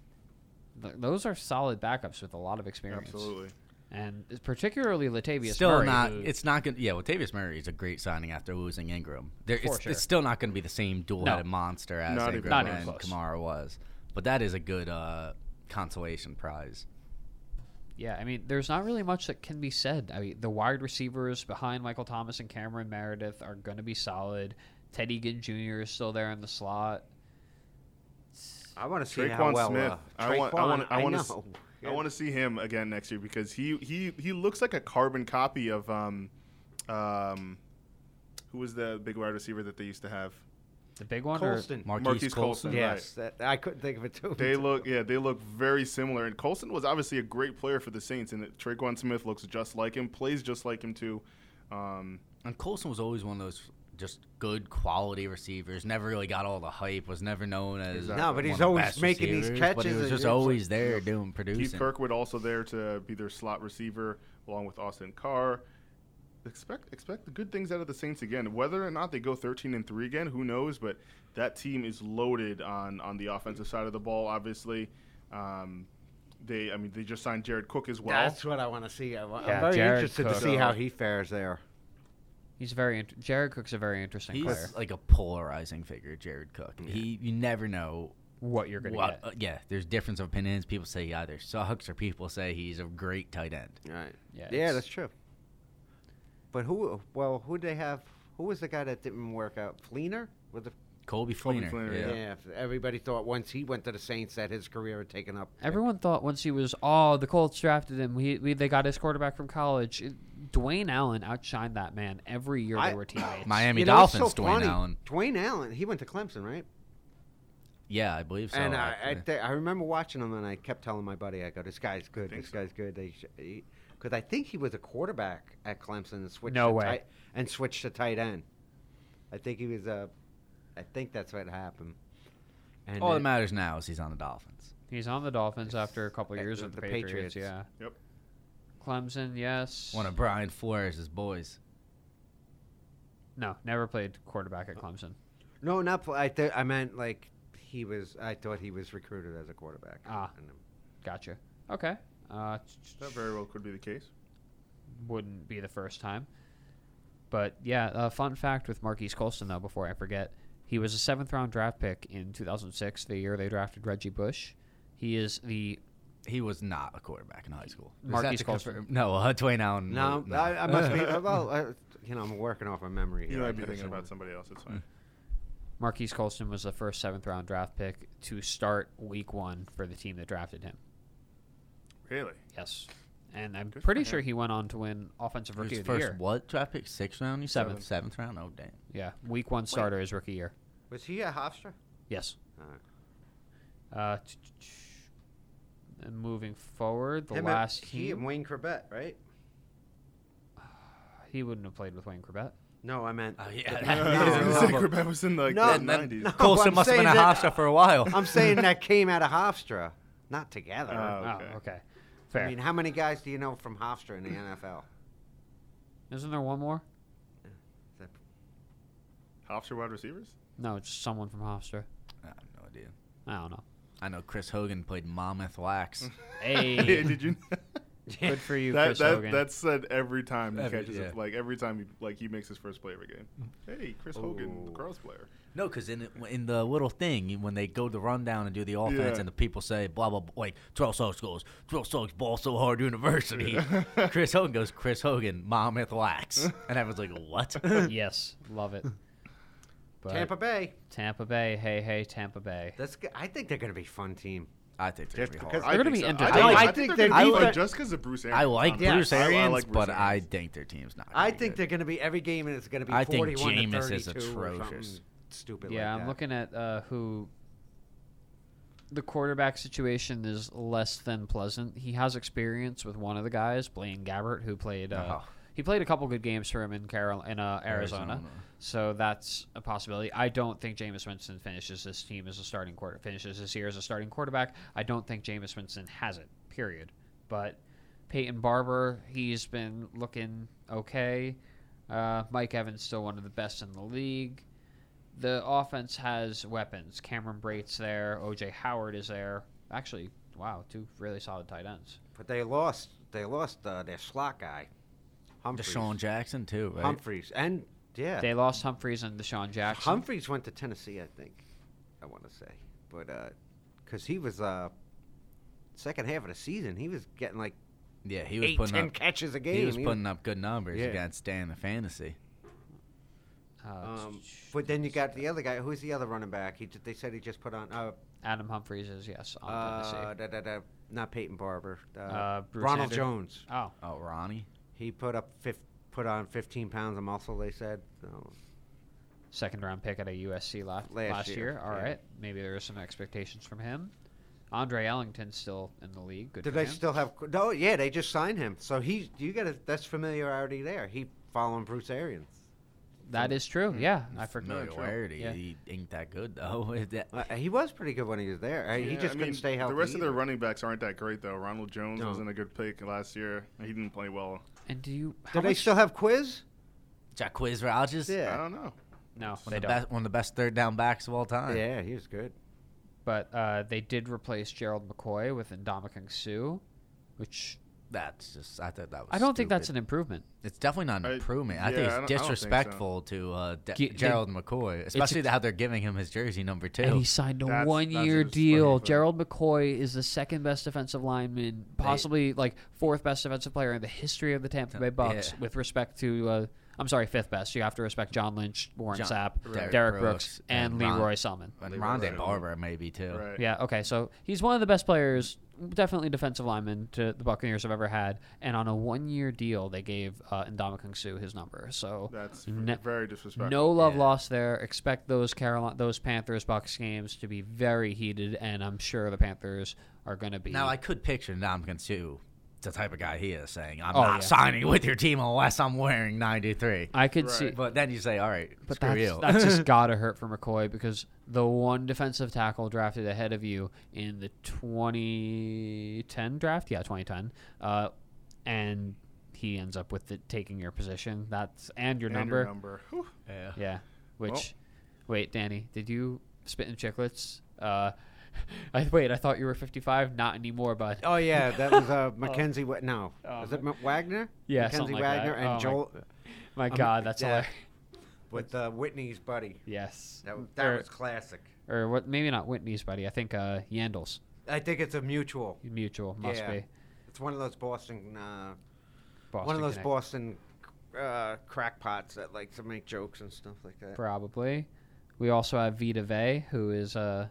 Th- those are solid backups with a lot of experience, Absolutely. and particularly Latavius still Murray. not. who- It's not going. to Yeah, Latavius Murray is a great signing after losing Ingram. There, For it's, sure. it's still not going to be the same dual-headed No. monster as Not even Ingram Not even and close. Kamara was. But that is a good uh, consolation prize. Yeah, I mean, there's not really much that can be said. I mean, the wide receivers behind Michael Thomas and Cameron Meredith are going to be solid. Ted Egan Jr. is still there in the slot. I want to see how Traquan well. Smith. Uh, I want. I Traquan, want. I want to. know. I want to see him again next year because he he he looks like a carbon copy of um, um, who was the big wide receiver that they used to have? The big one, or Colston. Marquise, Marquise Colston. Colston. Yes, that, I couldn't think of it too. They look yeah they look very similar. And Colson was obviously a great player for the Saints, and Traquan Smith looks just like him, plays just like him too. Um, And Colston was always one of those just good quality receivers. Never really got all the hype. Was never known as Exactly. No, but one he's of the always best making these receivers, But he catches was and just you're just always there doing producing. Keith Kirkwood also there to be their slot receiver along with Austin Carr. Expect expect the good things out of the Saints again. Whether or not they go 13 and 3 again, who knows, but that team is loaded on on the offensive side of the ball obviously. Um, they I mean they just signed Jared Cook as well. That's what I want to see. I, am Yeah, very Jared interested Cook. to see how he fares there. he's very. Int- Jared Cook's a very interesting He's player. like a polarizing figure, Jared Cook. He, you never know What you're going to what. get? Uh, yeah, there's difference of opinions. People say he either sucks or people say he's a great tight end. Right. Yeah, Yeah, it's- that's true. But who? Well, who they have? Who was the guy that didn't work out? Fleener? With the Colby Colby Fleener. Fleener, yeah. yeah. everybody thought once he went to the Saints that his career had taken up. Everyone thought once he was, oh, the Colts drafted him. We, we they got his quarterback from college. It- Dwayne Allen outshined that man every year I- they were teammates. Miami You know, it's Dolphins. oh. so Dwayne funny. Allen. Dwayne Allen. He went to Clemson, right? Yeah, I believe so. and I, I, actually. th- I remember watching him, and I kept telling my buddy, I go, "This guy's good. think This so. guy's good." They, because I think he was a quarterback at Clemson and switched. No to way. Tight, and switched to tight end. I think he was uh, I think that's what happened. And all that it- matters now is he's on Oh, the Dolphins. He's on the Dolphins after a couple Uh, years the- with the, the Patriots. Patriots. Yeah. Yep. Clemson, yes. One of Brian Flores' boys. no, never played quarterback at Clemson. no, not. pl- I th- I meant like he was. I thought he was recruited as a quarterback. Ah. And, um, Gotcha. Okay. Uh, t- t- That very well could be the case. wouldn't be the first time. But yeah, uh, fun fact with Marquise Colston, though, before I forget, he was a seventh round draft pick in 2006, the year they drafted Reggie Bush. He is the. He was not a quarterback in high school. Is that Marquise to Colston. confirm? No, uh, (laughs) Dwayne Allen. no, I, I (laughs) must be. uh, Well, I, you know, I'm working off my memory You here. I might be could've thinking sworn. about somebody else. It's Hmm. fine. Marquise Colston was the first seventh round draft pick to start week one for the team that drafted him. Really? Yes. and I'm Good for pretty him. sure he went on to win Offensive His Rookie of the first Year. what draft pick? Sixth round? You said? Seventh. Seventh round? Oh damn. Yeah, Week One starter his rookie year. Was he a Hofstra? Yes. Alright. Uh, t- t- t- and moving forward, the Him and- last he and team Wayne Corbett, right? he wouldn't have played with Wayne Corbett. No, I meant. (laughs) Oh, (laughs) No, Yeah, no, Zach no. Corbett was in like, No, the no, nineties. no. Colson I'm must have been a saying that- Hofstra for a (laughs) while. I'm saying that came out of Hofstra, not together. Oh, okay. Oh, okay, fair. I mean, how many guys do you know from Hofstra in the NFL? Isn't there one more? Hofstra wide receivers. No, it's just someone from Hofstra. I have no idea. I (laughs) don't know. I know Chris Hogan played Monmouth (laughs) Wax. Hey, (laughs) Did you? good for (laughs) you, that Chris that Hogan. that's said every time he Every- catches yeah. it. Like every time he like he makes his first play of a game. Hey, Chris Hogan, the Ooh. Cross player. No, because in in the little thing when they go to rundown and do the offense, Yeah. and the people say blah blah, blah like twelve Sox goes twelve Sox ball so (laughs) hard (laughs) university. Chris Hogan goes Chris Hogan Monmouth Wax, and everyone's like (laughs) what? yes, love it. But Tampa Bay. Tampa Bay, hey, hey, Tampa Bay. That's. g- I think they're going to be a fun team. I think they're gonna be hard. because- I They're gonna think be so. entertaining. I, I think, think they're they're gonna be deep- fun just because of Bruce Arians. I like honestly. Bruce I- I Arians, like Bruce but I Arians. think their team's not. I gonna be think good. they're going to be every game, and it's going to be I think forty-one to Jameis is thirty-two or atrocious. something stupid. Yeah, like I'm that. looking at uh, who. The quarterback situation is less than pleasant. He has experience with one of the guys, Blaine Gabbert, who played. Uh, Oh. He played a couple good games for him in Carol in uh, Arizona, Arizona. so that's a possibility. I don't think Jameis Winston finishes this team as a starting quarter finishes this year as a starting quarterback. I don't think Jameis Winston has it. Period. But Peyton Barber, he's been looking okay. Uh, Mike Evans still one of the best in the league the offense has weapons. Cameron Brate's there. OJ Howard is there. Actually, wow, two really solid tight ends. But they lost. They lost uh, their slot guy, Humphreys. Deshaun Jackson too, right? Humphreys, and yeah, They lost Humphreys and Deshaun Jackson. Humphreys went to Tennessee, I think. I want to say, but because he was uh, second half of the season, he was getting like yeah, he was eight, putting ten up. catches a game. He was putting up good numbers Yeah. against Dan the fantasy. Uh, Um, but then you got the other guy. Who's the other running back? He ju- they said he just put on uh, Adam Humphreys is yes on uh Tennessee. da, da, da, not Peyton Barber, uh, Uh, Bruce Ronald Ander- Jones. Oh, Oh, Ronnie. He put up fif- put on 15 pounds of muscle. They said so, second round pick at a USC last last, Last year. year, All yeah. right, maybe there are some expectations from him. Andre Ellington's still in the league. Good. Do for they him. still have? No, yeah, they just signed him. So he, you got a, that's familiarity there. He following Bruce Arians. That is Hmm. true. Yeah, I forgot. Familiarity. Yeah. He ain't that good though. (laughs) That- Uh, he was pretty good when he was there. Uh, he Yeah, just I couldn't mean, stay healthy. The rest of their either. running backs aren't that great though. Ronald Jones No. wasn't a good pick last year. He didn't play well. And do you? How Do they much- still have Quiz? Jacquizz Rogers. I Yeah, don't know. No, One they of, the don't. best, one of the best third down backs of all time. yeah, he was good. But uh, they did replace Gerald McCoy with Indomitian Sue, which That's just, I thought that was. I don't think that's an stupid. improvement. It's definitely not an I- improvement. I, yeah, I think don't- I don't think it's so. disrespectful to uh, De- Ge- they- Gerald McCoy, especially ex- how they're giving him his jersey number And two. he signed a That's- one that's year just deal. funny, but- Gerald McCoy is the second best defensive lineman, possibly like fourth best defensive player in the history of the Tampa Bay Bucks yeah. with respect to uh, I'm sorry, fifth best. You have to respect John Lynch, Warren John- Sapp, Derek Derek, Brooks, Brooks, and, and Ron- Leroy Salmon. And Leroy Rondé Brown. Barber maybe too. Right. Yeah, okay. So he's one of the best players, definitely defensive lineman to the Buccaneers have ever had. And on a one year deal, they gave uh, Indomitian Sue his number. So That's ne- very disrespectful. No love Yeah. lost there. Expect those Carolina, those Panthers Bucks games to be very heated, and I'm sure the Panthers are going to be. Now I could picture Namkin Sue, the type of guy he is, saying, "I'm Oh, not yeah. signing with your team unless I'm wearing 93." I could Right. see, But then you say, "All right, but screw that's, you." (laughs) that's just gotta hurt for McCoy because the one defensive tackle drafted ahead of you in the 2010 draft, yeah, 2010, uh, and he ends up with it taking your position. That's and your And number. your number. Whew. yeah. Yeah. Which, Well- wait, Danny, did you spit in chicklets? Uh, (laughs) I wait. I thought you were fifty-five. Not anymore, bud. Oh yeah, (laughs) (laughs) that was uh, Mackenzie. Wa- no, was it Ma- Wagner? Oh, Yeah, Mackenzie something like that. Wagner Oh, and my- Joel My um, God, that's yeah. hilarious. with uh, Whitney's buddy. Yes. That, w- that or, was classic. or what? Maybe not Whitney's buddy. I think uh, Yandel's I think it's a mutual. mutual must Yeah. be. It's one of those Boston, uh, Boston one of those Connect- Boston uh, crackpots that like to make jokes and stuff like that. Probably. We also have Vita Vey, who is uh,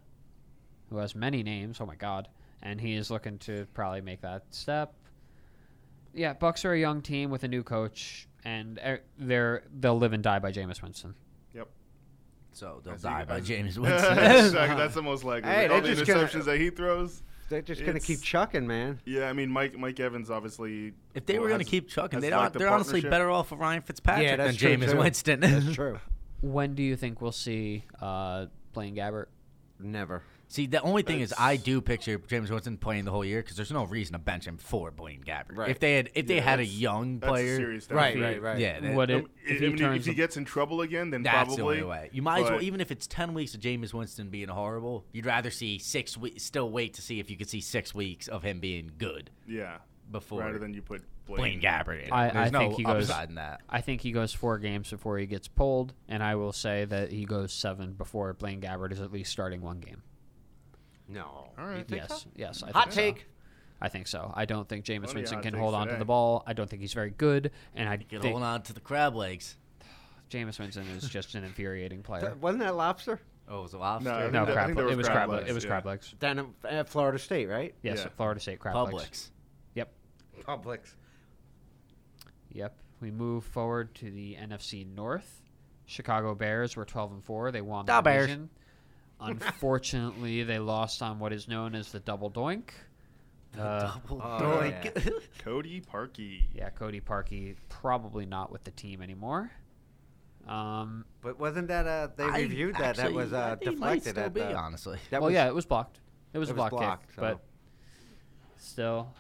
who has many names. Oh my God, and he is looking to probably make that step. yeah, Bucks are a young team with a new coach, and uh, they're they'll live and die by Jameis Winston. Yep. So I they'll see- die by I- (laughs) James (laughs) That's- Winston. that's the most likely. Hey, With all they're the just gonna- interceptions that he throws. They're just gonna keep It's- (laughs) chucking, man. Yeah, I mean Mike Mike Evans obviously. if they were has- going to keep chucking, has they liked don't, the they're honestly partnership. better off with Ryan Fitzpatrick yeah, than that's true, James too. Winston. That's true. When do you think we'll see uh, playing Gabbert? Never. (laughs) See, the only thing is, I do picture James Winston playing the whole year because there's no reason to bench him for Blaine Gabbert. Right. If they had, if they Yeah, had a that's- young That's a player, serious Right, downfield. right, right. yeah, that- Would Um, it? I- I mean, If he turns the- gets in trouble again, then that's probably. the only way. You might as well, but- even if it's ten weeks of Jameis Winston being horrible, you'd rather see six weeks. Still wait to see if you could see six weeks of him being good Yeah. before Rather than you put Blaine Gabbert. In. I- There's I no think he goes- upside in that. I think he goes four games before he gets pulled, and I will say that he goes seven before Blaine Gabbert is at least starting one game. No. All right. think yes, so? yes. I think Hot so. take. I think so. I don't think Jameis Plenty of Winston hot can takes hold on to today. the ball. I don't think he's very good, and I You think could hold on to the crab legs. Jameis Winston is just an infuriating player. Th- wasn't that lobster Oh, it was a lobster. No, I No, think that- I crab. think It there was, was crab crab. leg- legs, It was yeah. crab legs. down in- uh, at Florida State, right? Yes, Yeah. Florida State crab legs. Publix. Yep, Publix. yep. We move forward to the NFC North. Chicago Bears were 12 and four. They won the Da Bears. division. (laughs) Unfortunately, they lost on what is known as the double doink. Uh, Double oh, (laughs) doink. Cody Parkey. yeah, Cody Parkey probably not with the team anymore. Um, But wasn't that uh they I reviewed that that actually- was uh I think he might deflected still at be, the, honestly. That well, was, yeah, it was blocked. It was it a was block kick, blocked, so- but still,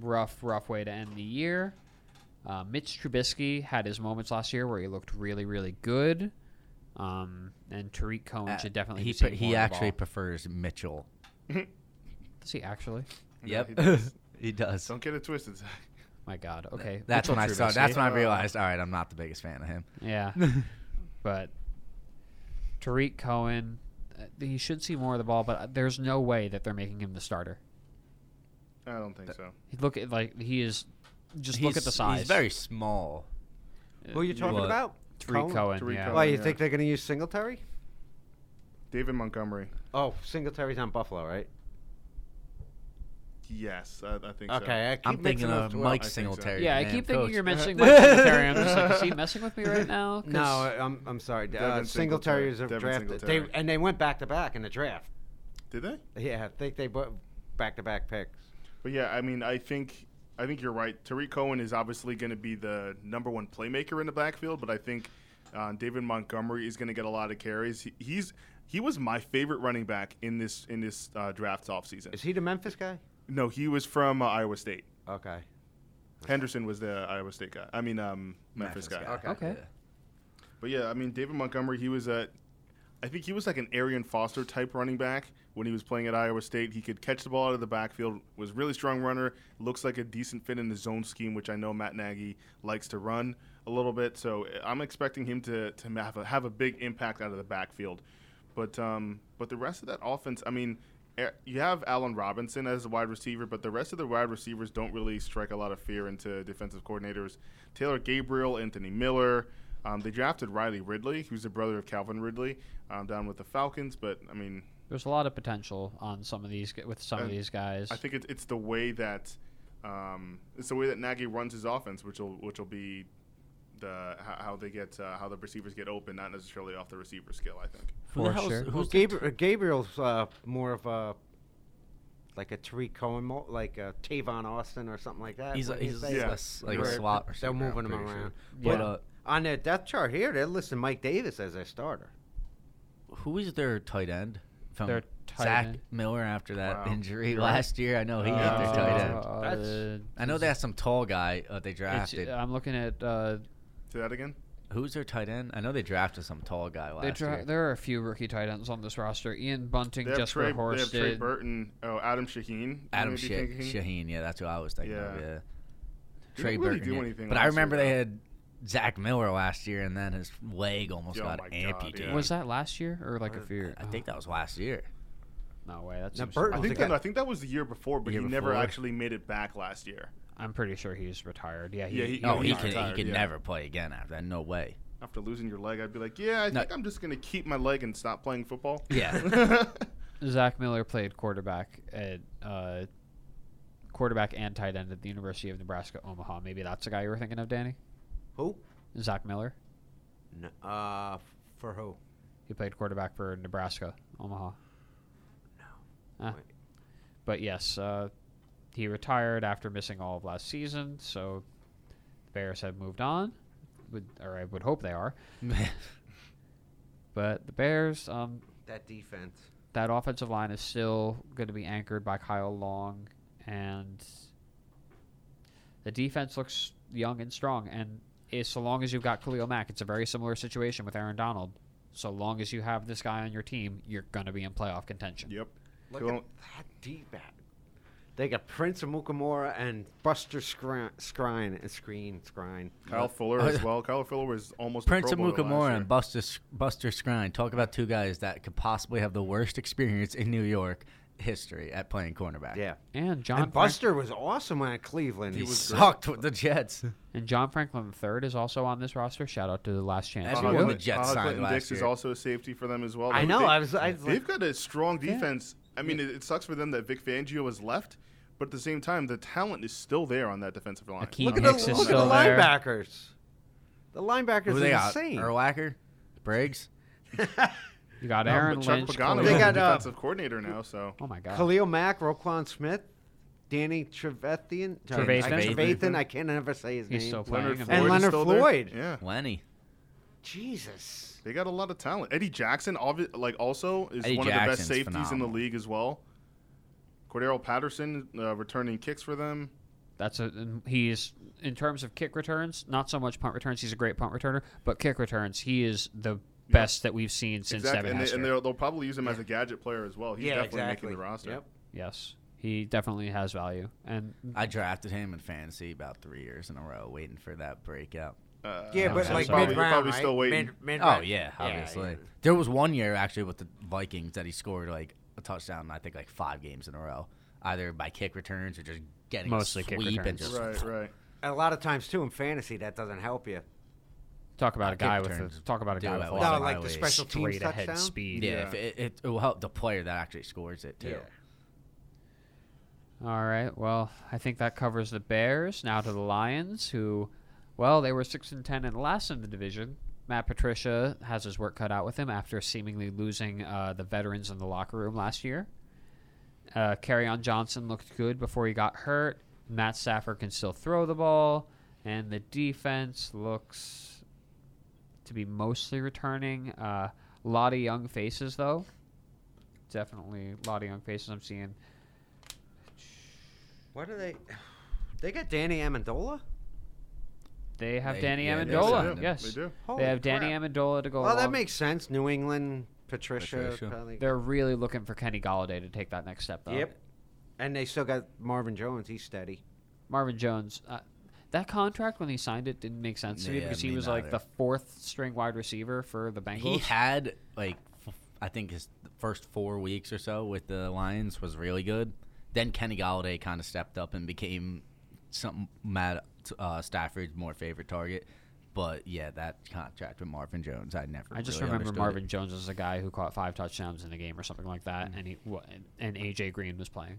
rough, rough way to end the year. Uh, Mitch Trubisky had his moments last year where he looked really, really good. Um, and Tariq Cohen Uh, should definitely he be seeing more pre- he of the actually ball. prefers Mitchell. does he actually? Yeah, Yep, he does. (laughs) he does. Don't get it twisted. Zach. (laughs) My God. Okay. That's Mitchell when I saw. Trubisky. That's when I Uh, realized. All right, I'm not the biggest fan of him. (laughs) Yeah. but Tariq Cohen, uh, he should see more of the ball, but uh, there's no way that they're making him the starter. I don't think so. Look at like he is. Just look at He's- the size. He's very small. Who are you talking Well, about? Tariq Cohen. Tariq yeah. Cohen. Why you oh, Yeah. think they're gonna use Singletary? David Montgomery. Oh, Singletary's on Buffalo, right? Yes, I, I think so. Okay, I keep I'm thinking mixing those of two up. Mike I think so. Singletary. Yeah, I man, keep thinking coach. (laughs) you're mentioning Mike Singletary. I'm just like, is he messing with me right now? 'Cause No, I- I'm I'm sorry. Uh, Devin Singletary. Singletary is a Devin draft. They Singletary. and they went back to back in the draft. Did they? Yeah, I think they back to back picks. But yeah, I mean, I think I think you're right. Tariq Cohen is obviously going to be the number one playmaker in the backfield, but I think uh, David Montgomery is going to get a lot of carries. He, he's he was my favorite running back in this in this uh, draft offseason. Is he the Memphis guy? No, he was from uh, Iowa State. Okay. Henderson was the Iowa State guy. I mean, um, Memphis, guy. Okay. Yeah. But yeah, I mean, David Montgomery, he was a, I think he was like an Arian Foster type running back when he was playing at Iowa State. He could catch the ball out of the backfield, was a really strong runner, looks like a decent fit in the zone scheme, which I know Matt Nagy likes to run a little bit. So I'm expecting him to, to have, a, have a big impact out of the backfield. But um, but the rest of that offense, I mean, eh, you have Allen Robinson as a wide receiver, but the rest of the wide receivers don't really strike a lot of fear into defensive coordinators. Taylor Gabriel, Anthony Miller. Um, they drafted Riley Ridley, who's the brother of Calvin Ridley, um, down with the Falcons. But I mean, There's a lot of potential on some of these g- with some of And these guys. I think it's it's the way that um, it's the way that Nagy runs his offense, which will which will be the how, how they get uh, how the receivers get open, not necessarily off the receiver skill. I think. Who the For hell's sure. who's Well, the- Gabriel, Gabriel's uh, more of a like a Tariq Cohen, mo- like a Tavon Austin or something like that. He's a, wouldn't you he's say? Yeah. a s- like a Where slot. receiver, They're I'm moving him pretty sure. around. But Yeah. uh, On their depth chart here, they're listing Mike Davis as their starter. who is their tight end? From Their tight Zach end. Miller after that Wow. injury You're right. last year. I know he Uh, hit their tight end. uh, That's- I know they had some tall guy uh, they it's- drafted. I'm looking at. Uh, Say that again. Who's their tight end? I know they drafted some tall guy last they year. dra- there are a few rookie tight ends on this roster. Ian Bunting, They have, Jesper Trey, they have Trey Horsted. Burton. Oh, Adam Shaheen. you Adam may be Sha- thinking. Shaheen, yeah, that's who I was thinking of. Yeah. Yeah, They Trey didn't really Burton, do yeah. anything But last I year, remember they though. had Zach Miller last year, and then his leg almost Oh got my God, amputated. yeah. Was that last year or like a few? years- I think that was last year. No way. That's Now, Burton- I Oh, think they that, got- I think that was the year before, but Year he never before. actually made it back last year. I'm pretty sure he's retired. Oh, Yeah. He, Yeah, he- No, Yeah, he he's can he retired, can yeah. never play again after that. No way. After losing your leg, I'd be like, yeah, I No. think I'm just gonna keep my leg and stop playing football. (laughs) (laughs) Yeah. yeah, Zach Miller played quarterback at uh, quarterback and tight end at the University of Nebraska Omaha. Maybe that's the guy you were thinking of, Danny. Who? Zach Miller. N- uh, for who? He played quarterback for Nebraska Omaha. No. Ah. Wait. But yes, uh, he retired after missing all of last season. So the Bears have moved on, would, or I would hope they are. But the Bears, um, That defense. that offensive line is still going to be anchored by Kyle Long, and the defense looks young and strong. And as so long as you've got Khalil Mack, it's a very similar situation with Aaron Donald. So long as you have this guy on your team, you're going to be in playoff contention. Yep. Look Go at on. that D back. They got Prince of Mukamura and Buster Scri- Scrine, uh, Screen, Scrine. Kyle Fuller as well. Kyle Fuller was almost a Prince of Pro Bowler last Mukamura year. and Buster Buster Scrine. Talk about two guys that could possibly have the worst experience in New York history at playing cornerback. Yeah. And John and Buster was awesome at Cleveland. He, He was great. sucked with the (laughs) Jets. Frank- and John Franklin III is also on this roster. Shout out to the last chance. That's Uh, Everyone Clint- the Jets uh, signed Clinton last Dix is year. also a safety for them as well. I They- know, They, I was- I was they've like- got a strong defense. I mean, it, it sucks for them that Vic Fangio has left, but at the same time, the talent is still there on that defensive line. Akeem Look at Hicks the, is look at the still there. linebackers. The linebackers Who are they got? insane. (laughs) Erlacher, Briggs. You got No, but Aaron Chuck Lynch. Pagano Khalil- is They the got, uh, defensive coordinator now, so oh my God. Khalil Mack, Roquan Smith, Danny Trevathan. Trevathan. Trevathan. I can never say his He's name. so playing. Leonard And Floyd is Leonard still there. Floyd. Yeah, Lenny. Jesus. they got a lot of talent. Eddie Jackson, obvi- like also is Eddie one of the best Jackson's safeties in phenomenal. the league as well. Cordero Patterson uh, returning kicks for them. That's a he's in terms of kick returns, not so much punt returns. He's a great punt returner, but kick returns, he is the best that we've seen since exactly, Devin and, they, Hester. and they'll, they'll probably use him as a gadget player as well. He's yeah, definitely exactly. making the roster. Yep. yes, he definitely has value. And I drafted him in fantasy about three years in a row, waiting for that breakout. Uh, Yeah, No, but he's like probably- mid he's round, probably still waiting. Oh yeah, obviously. There was one year actually with the Vikings that he scored like a touchdown. I think like five games in a row, either by kick returns or just getting Mostly kick sweep and returns. just right, right. And a lot of times too in fantasy that doesn't help you. talk about a Kick guy with a, returns talk about a do guy it with a well. lot No, of like the highways. special teams straight ahead touchdown. speed. Yeah, Yeah. If it, it, it will help the player that actually scores it too. Yeah. All right. Well, I think that covers the Bears. Now to the Lions, who, well, they were six and ten and last in the division. Matt Patricia has his work cut out with him after seemingly losing uh, the veterans in the locker room last year. Uh, on Johnson looked good before he got hurt. Matt Stafford can still throw the ball, and the defense looks to be mostly returning. Uh, a lot of young faces, though. Definitely a lot of young faces I'm seeing. What are they? They got Danny Amendola. They have They- Danny yeah, they They Amendola. do. yes, They do. Holy they have Danny crap. Amendola to go. Well, that along. makes sense. New England, Patricia. Patricia. probably- They're really looking for Kenny Galladay to take that next step. Though. Yep. And they still got Marvin Jones. He's steady. Marvin Jones. Uh, that contract when he signed it didn't make sense to me Yeah, because he me was like the neither. fourth string wide receiver for the Bengals. He had like f- I think his first four weeks or so with the Lions was really good. Then Kenny Galladay kind of stepped up and became something Matt uh, Stafford's more favorite target. But yeah, that contract with Marvin Jones, I never. I just really remember understood it. Marvin Jones was a guy who caught five touchdowns in a game or something like that, Mm. and he wa- and AJ Green was playing.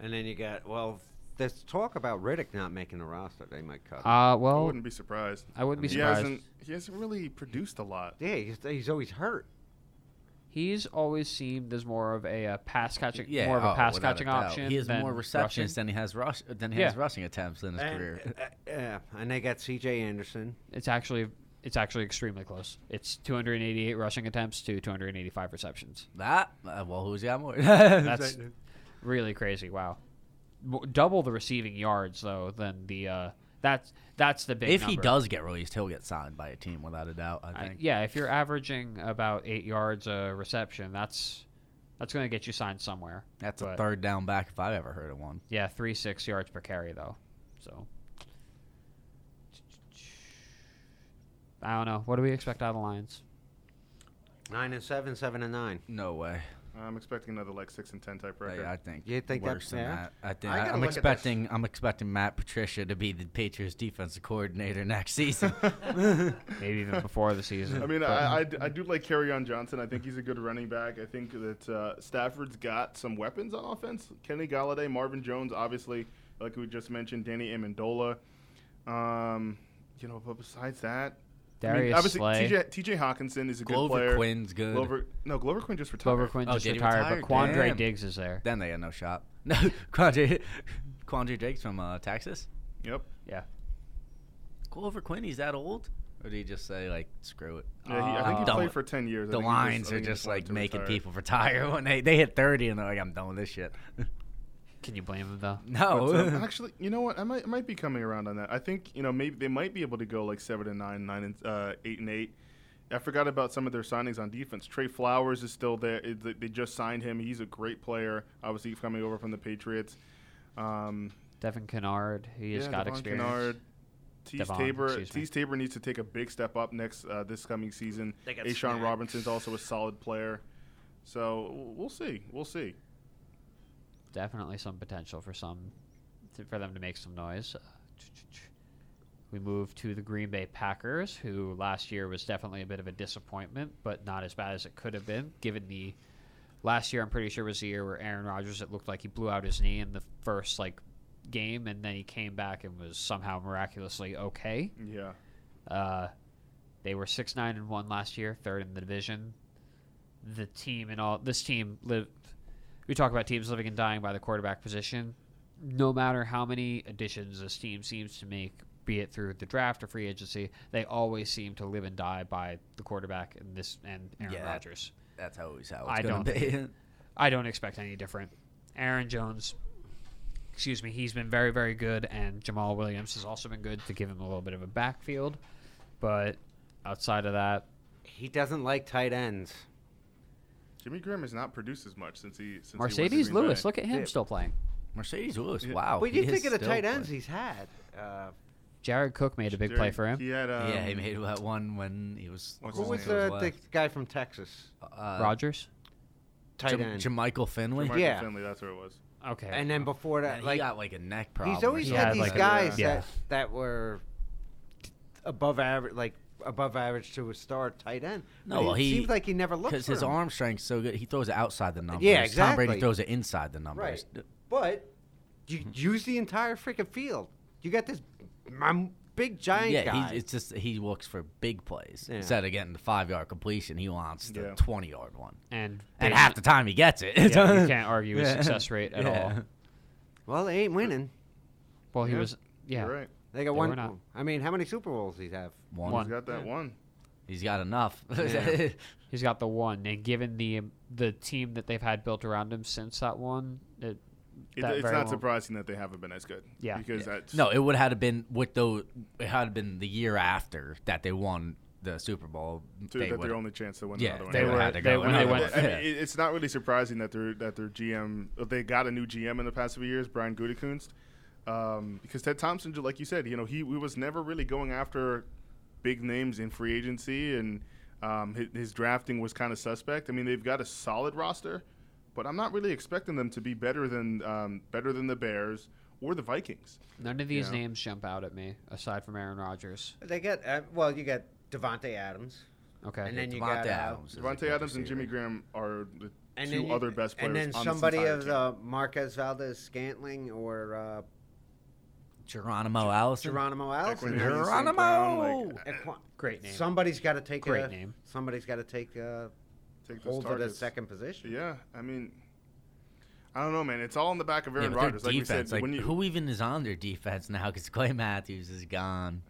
And then you got well. There's talk about Riddick not making the roster. They might cut. him. Uh, I well, wouldn't be surprised. I wouldn't be He surprised. hasn't. He hasn't really produced a lot. yeah, he's, he's always hurt. He's always seemed as more of a, uh pass catching, Yeah, more of a oh, pass without catching doubt. option. He has than more receptions rushing. than he has rush than he Yeah. has rushing attempts in his And, career. uh, uh, and they got C.J. Anderson. It's actually it's actually extremely close. It's 288 rushing attempts to (laughs) 285 receptions. (laughs) That uh, well, who's got more? (laughs) That's really crazy. Wow, W- double the receiving yards though than the uh, that's that's the big. if he number. does get released, he'll get signed by a team without a doubt. I I- think. yeah, if you're averaging about eight yards a reception, that's that's going to get you signed somewhere. That's a But- third down back if I've ever heard of one. Yeah, three six yards per carry though. So I don't know. What do we expect out of the Lions? Nine and seven, seven and nine. No way. I'm expecting another like six and ten type record. Like, I think You think worse that's than fair? that. I think I I gotta am look at this. expecting I'm expecting Matt Patricia to be the Patriots defensive coordinator (laughs) next (laughs) season. (laughs) Maybe even before the season. I mean, but- I, I d- I do like Carry on Johnson. I think he's a good running back. I think that uh, Stafford's got some weapons on offense. Kenny Galladay, Marvin Jones, obviously, like we just mentioned, Danny Amendola. Um, you know, but besides that, Darius obviously, Slay. TJ, TJ Hawkinson is a Glover good player. Quinn's good. Glover, no, Glover Quinn just retired. Clover Quinn Oh, just did he retired, retire? but Quandre Damn. Diggs is there. Then they had no shot. (laughs) No, Quandre, Quandre Diggs from uh, Texas. Yep. Yeah. Glover Quinn, he's that old? Or do you just say like, screw it? Yeah, he, I think I'm he done played with- for ten years. I Ah, The think he just- I lines think are he just wanted like to making retire. people (laughs) retire when they they hit thirty and they're like, I'm done with this shit. (laughs) Can you blame him though? no, But, (laughs) (laughs) um, actually, you know what? I might I might be coming around on that. I think you know maybe they might be able to go like seven and nine, nine and uh, eight and eight. I forgot about some of their signings on defense. Trey Flowers is still there. It- they- They just signed him. He's a great player. Obviously, coming over from the Patriots. Um, Devin Kennard, he has yeah, got Devon experience. Kennard, Tease Devon, Tabor. excuse me. Tease Tabor needs to take a big step up next uh, this coming season. They got Ashawn snacks. Robinson's also a solid player. So w- we'll see. We'll see. Definitely some potential for some th- for them to make some noise. Uh, ch- ch- ch. We move to the Green Bay Packers, who last year was definitely a bit of a disappointment, but not as bad as it could have been, given the last year. I'm pretty sure was the year where Aaron Rodgers it looked like he blew out his knee in the first like game, and then he came back and was somehow miraculously okay. Yeah. Uh, they were six nine and one last year, third in the division. The team and all this team live. We talk about teams living and dying by the quarterback position. No matter how many additions this team seems to make, be it through the draft or free agency, they always seem to live and die by the quarterback and this and Aaron Yeah. Rodgers. that's always how it's I gonna don't be. (laughs) I don't expect any different. Aaron Jones, excuse me, he's been very, very good, and Jamal Williams has also been good to give him a little bit of a backfield. But outside of that, He doesn't like tight ends. Jimmy Graham has not produced as much since he since he went to Mercedes Green Lewis, Bay. look at him Yeah. still playing. Mercedes Lewis, Yeah. wow. But you he is think of the still tight ends playing. he's had. Uh, Jared Cook made a big Jerry- play for him. He had um, yeah, he made that one when he was. What's who his was name? the, the guy from Texas? uh, Rogers. Tight Jam- end. Jermichael Finley. Jermichael Yeah. Finley, that's where it was. Okay. and then before Man, that, he like got like a neck problem. he's or always Yeah, had something these like that. guys Yeah. that that were above average, like above average to a star tight end. No, But well, it he- seems like he never looked Because for his him. arm strength's so good, he throws it outside the numbers. Tom Brady exactly. throws it inside the Right. numbers. But you Mm-hmm. use the entire freaking field. You got this my big giant yeah, guy. He's, it's just he looks for big plays Yeah. instead of getting the five yard completion. He wants the Yeah. twenty yard one, and and they- half the time he gets it. yeah, (laughs) you can't argue his Yeah. success rate at Yeah. all. well, they ain't winning. Well, he Yeah. was yeah. You're right. They got They were one. not. I mean, how many Super Bowls does he have? One. One. He's got that one. He's got enough. Yeah. (laughs) He's got the one, and given the the team that they've had built around him since that one, it, It, that it's very not well- surprising that they haven't been as good. Yeah. Because that's no, it would have been with the it had been the year after that they won the Super Bowl. to, they that would- their only chance to win Yeah, another one. they Yeah. would have were- to they- go. when No, they but, went- I mean, it- it's not really surprising that their that their GM they got a new GM in the past few years, Brian Gutekunst, um, because Ted Thompson, ju- like you said, you know he, he was never really going after big names in free agency, and um, his, his drafting was kind of suspect. I mean, they've got a solid roster, but I'm not really expecting them to be better than um, better than the Bears or the Vikings. none of these Yeah. names jump out at me aside from Aaron Rodgers. They got uh, well, you got Devonte Adams, Okay. and then you Devontae got uh, Adams is a Devontae good Adams and Jimmy receiver. Graham are the and two then you- other best players. And then on this somebody entire of team. uh, Marquez Valdez Scantling or uh, Geronimo Allison. Geronimo Allison. Equinemius St. Geronimo! Brown, like, Equi- Great name. Somebody's got to take Great a, name. Somebody's got to take a take those hold of the targets. second position. Yeah, I mean, I don't know, man. It's all in the back of Yeah, Aaron but their Rodgers. Like we defense, said, like, when you, who even is on their defense now? Because Clay Matthews is gone.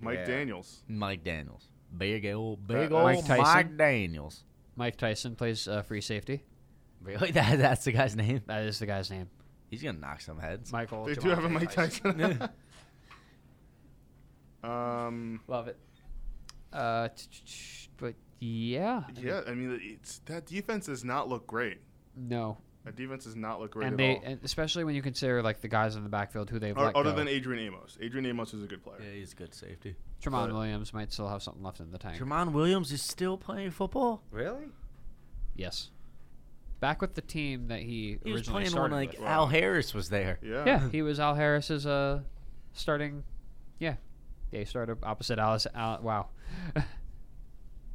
Mike Yeah. Daniels. Mike Daniels, big old, That- big that- old Mike Mike, Tyson? Daniels. Mike Tyson plays uh, free safety. Really, (laughs) that, that's the guy's name. That is the guy's name. He's gonna knock some heads. Michael. They do have a Javante Mike Tyson. (laughs) um, Love it. Uh, t- t- t- but yeah, yeah, I mean, it's that defense does not look great. no, That defense does not look great and at they, all. and especially when you consider like the guys in the backfield who they've O- let other go. than Adrian Amos, Adrian Amos is a good player. Yeah, he's good safety. Tremont but- Williams might still have something left in the tank. Tremont Williams is still playing football. Really? yes, back with the team that he, He was originally playing when started like with. Al Harris was there. Yeah. Yeah, he was Al Harris's uh, starting. Yeah, they started opposite Alice. Al, wow, (laughs)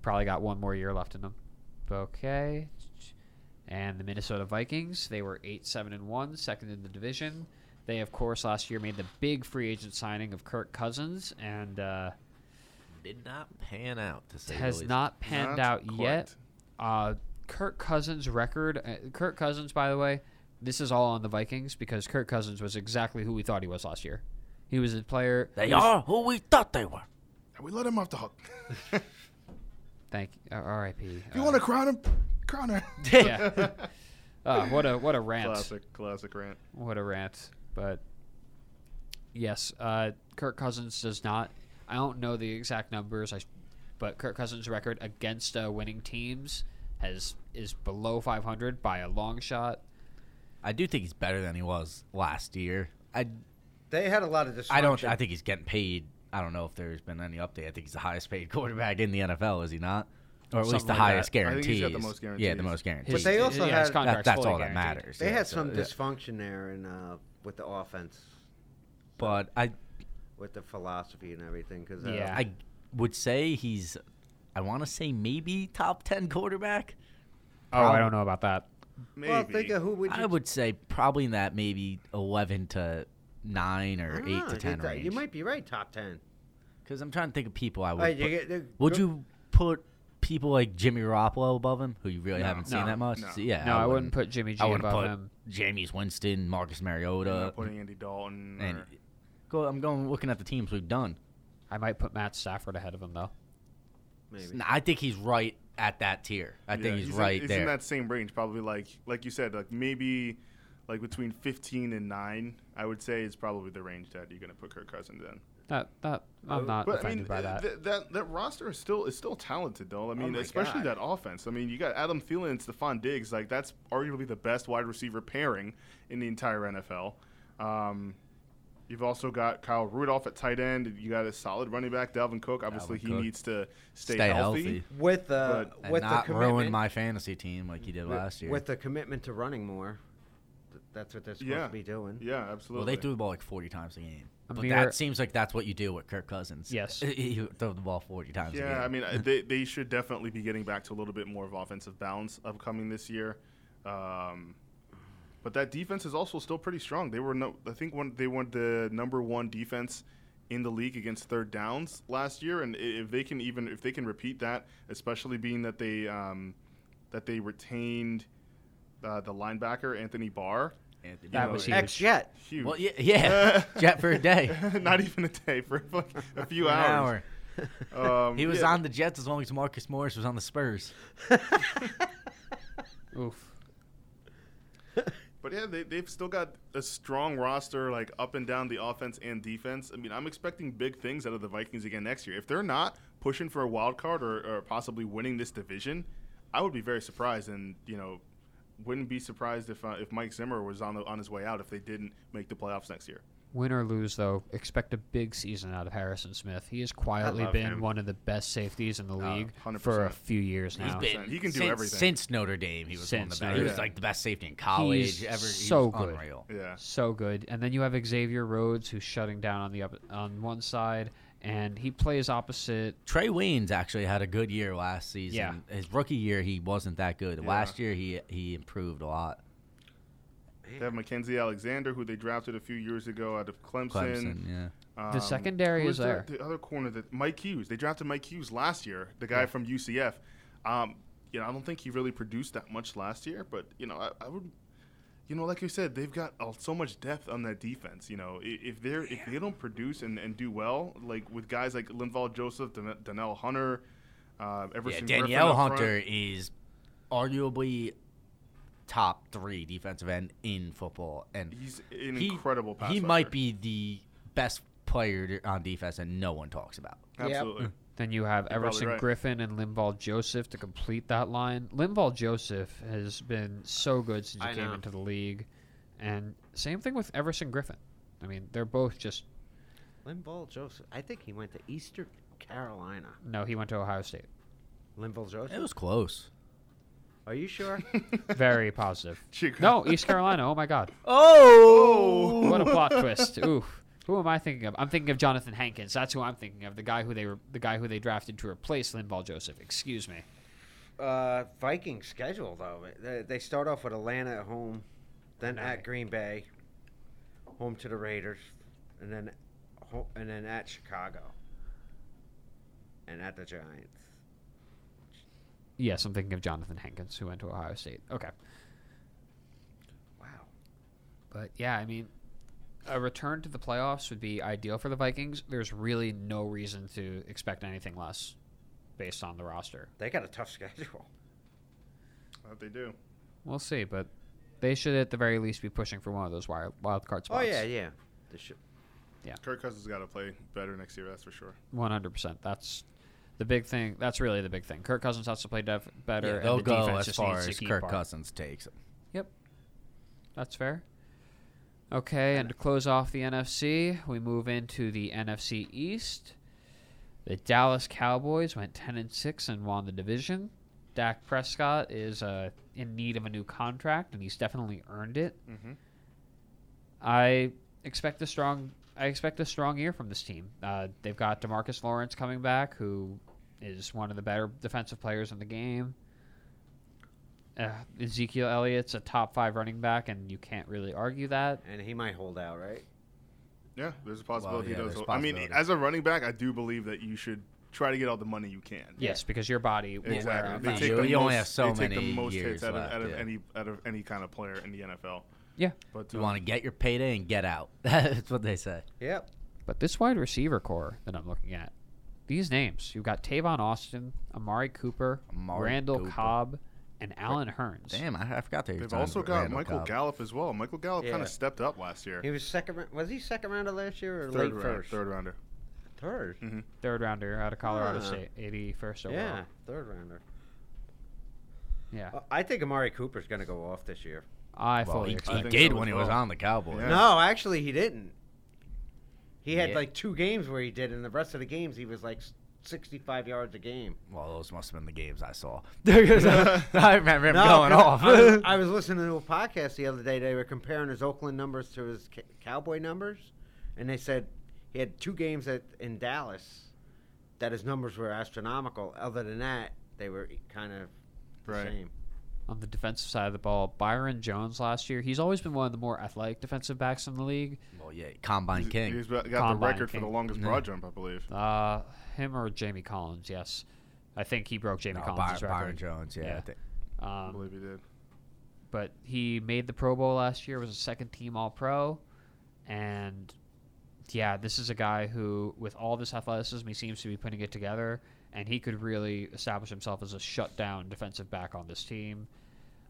probably got one more year left in them. Okay, and the Minnesota Vikings. They were eight, seven, and one, second in the division. They, of course, last year made the big free agent signing of Kirk Cousins, and uh, Did not pan out to say the has least. not panned Not out yet. quite. Uh, Kirk Cousins' record. Uh, Kirk Cousins, by the way, this is all on the Vikings because Kirk Cousins was exactly who we thought he was last year. He was a player. They he was- are who we thought they were. And we let him off the hook. (laughs) if Thank uh, R.I.P. you uh, want to crown him, crown (laughs) him. (laughs) yeah. Uh, what a what a rant. Classic, classic rant. What a rant. But yes, uh, Kirk Cousins does not. I don't know the exact numbers, I, but Kirk Cousins' record against uh, winning teams has is below 500 by a long shot. I do think he's better than he was last year. I They had a lot of I destruction. don't. I think he's getting paid. I don't know if there's been any update. I think he's the highest paid (laughs) quarterback in the NFL. Is he not? Or at Something least the like highest I think guarantees. he's got the most Yeah, the guarantees. most guarantees. But they also yeah, his had- that, contract's that's fully all that guaranteed. matters. they yeah, had so, some yeah. dysfunction there in uh, with the offense, But I, with the philosophy and everything. Cause, uh, Yeah. I would say he's. I want to say maybe top ten quarterback. Oh, I don't know about that. Maybe. Well, think of who would you I would say probably in that maybe eleven to nine I or don't eight know, to ten Ah, you th- range. You might be right, top ten. Because I'm trying to think of people I would. Alright, you put- get the- would go- you put people like Jimmy Garoppolo above him, who you really No. haven't seen No. that much? No. So, yeah, No, I wouldn't put Jimmy G I wouldn't above put him. Jameis Winston, Marcus You're Mariota, not putting Andy Dalton. and or- go. I'm going looking at the teams we've done. I might put Matt Stafford ahead of him though. Maybe. I think he's right at that tier. I Yeah, think he's, right in, He's there. in that same range, probably like like you said, like maybe like between 15 and nine. I would say is probably the range that you're going to put Kirk Cousins in. Not, not, I'm not offended by that. th- that that roster is still is still talented Oh though. I mean, my especially God. that offense. I mean, you got Adam Thielen and Stephon Diggs. Like that's arguably the best wide receiver pairing in the entire NFL. Um, you've also got Kyle Rudolph at tight end. You got a solid running back, Dalvin Cook. Obviously, Dalvin he Cook. needs to stay, Stay healthy. healthy With uh, But- and with the not commitment, ruin my fantasy team like he did last year. with the commitment to running more, th- that's what they're supposed Yeah. to be doing. Yeah, absolutely. well, they threw the ball like 40 times a game. A But mere- that seems like that's what you do with Kirk Cousins. Yes. (laughs) he throw the ball 40 times. a game. Yeah, I (laughs) mean, I- they, they should definitely be getting back to a little bit more of offensive balance upcoming this year. Um, but that defense is also still pretty strong. They were no, I think one they were the number one defense in the league against third downs last year, and i- if they can even if they can repeat that, especially being that they um, that they retained uh, the linebacker Anthony Barr, Anthony That Miller. was huge. Ex Jet. huge. Well, yeah, (laughs) yeah. jet for a day. Not even a day for like (laughs) a few An hours. Um, He was yeah. on the Jets as long as Marcus Morris was on the Spurs. (laughs) Oof. But yeah, they, they've still got a strong roster, like up and down the offense and defense. I mean, I'm expecting big things out of the Vikings again next year. If they're not pushing for a wild card or, or possibly winning this division, I would be very surprised, and you know, wouldn't be surprised if uh, if Mike Zimmer was on the, on his way out if they didn't make the playoffs next year. Win or lose, though, expect a big season out of Harrison Smith. He has quietly love been him. one of the best safeties in the league 100%. for a few years He's now. been He can do since, everything. since Notre Dame. He was one of Since the best. Notre He was Dame. like the best safety in college He's ever. He so was good. unreal. Yeah, So good. And then you have Xavier Rhodes, who's shutting down on the up, on one side, and he plays opposite. Trey Waynes actually had a good year last season. Yeah. His rookie year, he wasn't that good. Yeah. Last year, he he improved a lot. they have Mackenzie Alexander, who they drafted a few years ago out of Clemson. Clemson, yeah. Um, secondary who was is the- there. The, other corner that Mike Hughes. They drafted Mike Hughes last year, the guy from UCF. Um, you know, I don't think he really produced that much last year, but you know, I, I would, you know, like you said, they've got uh, so much depth on that defense. You know, I- if they're if they don't produce and, and do well, like with guys like Linval Joseph, Dan- Donnell Hunter, uh, yeah Everson, Griffin Danielle up front. Hunter is arguably top three defensive end in football, and he's an he, incredible pass. He might rusher. be the best player on defense, and no one talks about. absolutely. Then you have probably Everson right. Griffin and Linval Joseph to complete that line. Linval Joseph has been so good since he I came know. into the league. And same thing with Everson Griffin. I mean, they're both just. Linval Joseph. I think he went to Eastern Carolina. No, he went to Ohio State. Linval Joseph. It was close. Are you (laughs) sure? Very positive. Chicago. No, East Carolina. Oh my God. Oh, What a plot twist. Oof. Who am I thinking of? I'm thinking of Jonathan Hankins. That's who I'm thinking of. The guy who they were, the guy who they drafted to replace Linval Joseph. Excuse me. uh, Viking schedule though. They, they start off with Atlanta at home, then at Green Bay, home to the Raiders, and then ho- and then at Chicago, and at the Giants. Yes, I'm thinking of Jonathan Hankins, who went to Ohio State. Okay. Wow. But yeah, I mean, a return to the playoffs would be ideal for the Vikings. There's really no reason to expect anything less based on the roster. They got a tough (laughs) schedule. I hope they do. We'll see, but they should at the very least be pushing for one of those wild, wild card spots. Oh yeah, yeah. This should, Kirk Cousins got to play better next year. That's for sure. 100%. That's the big thing. That's really the big thing. Kirk Cousins has to play def- better. yeah, and they'll the go defense as just far needs to as keep Kirk up. Cousins takes 'em. Yep. That's fair. Okay, and to close off the NFC, we move into the NFC East. The Dallas Cowboys went 10 and 6 and won the division. Dak Prescott is uh, in need of a new contract, and he's definitely earned it. Mm-hmm. I expect a strong. I expect a strong year from this team. Uh, they've got Demarcus Lawrence coming back, who is one of the better defensive players in the game. Uh, Ezekiel Elliott's a top five running back, and you can't really argue that. and he might hold out, right? Yeah, there's a possibility. yeah, he does. there's hold- I mean, possibility. as a running back, I do believe that you should try to get all the money you can. Yes, because your body will wear out. Exactly. Yeah, They take you- the you most, only have so they take many the most years hits out of, left, out of yeah. any out of any kind of player in the NFL. Yeah, But You um, want to get your payday and get out. (laughs) That's what they say. Yep. but this wide receiver core that I'm looking at, these names you've got Tavon Austin, Amari Cooper, Amari Randall Cooper. Cobb, and Alan Hearns. Damn, I, I forgot they. they've signed also got Randall Michael Cobb. Gallup as well. Michael Gallup kind Yeah. of stepped up last year. He was second. rou- Was he second rounder last year or Third late round, first? third rounder. Third. Third rounder out of Colorado Ah. State, 81st overall. Yeah, third rounder. yeah. Uh, I think Amari Cooper's going to go off this year. I Well, fully he, expect. he think did so when as he was well. on the Cowboys. Yeah. No, actually, he didn't. He had Yeah. like two games where he did, and the rest of the games he was like s- 65 yards a game. Well, those must have been the games (laughs) I saw. (laughs) I remember him No, going 'cause off. I, (laughs) was- I was listening to a podcast the other day. They were comparing his Oakland numbers to his ca- Cowboy numbers, and they said he had two games at, in Dallas that his numbers were astronomical. Other than that, they were e, kind of the Right. same. on the defensive side of the ball, Byron Jones last year, he's always been one of the more athletic defensive backs in the league. well, yeah, Combine He's- King. He's got the Combine record for the king. longest Mhm. broad jump, I believe. Uh, him or Jamie Collins, yes. I think he broke Jamie No, Byron, Collins' Byron record. Jones, yeah. Yeah. I think. I Um, believe he did. but he made the Pro Bowl last year, was a second team All Pro. And yeah, this is a guy who, with all this athleticism, he seems to be putting it together. And he could really establish himself as a shutdown defensive back on this team.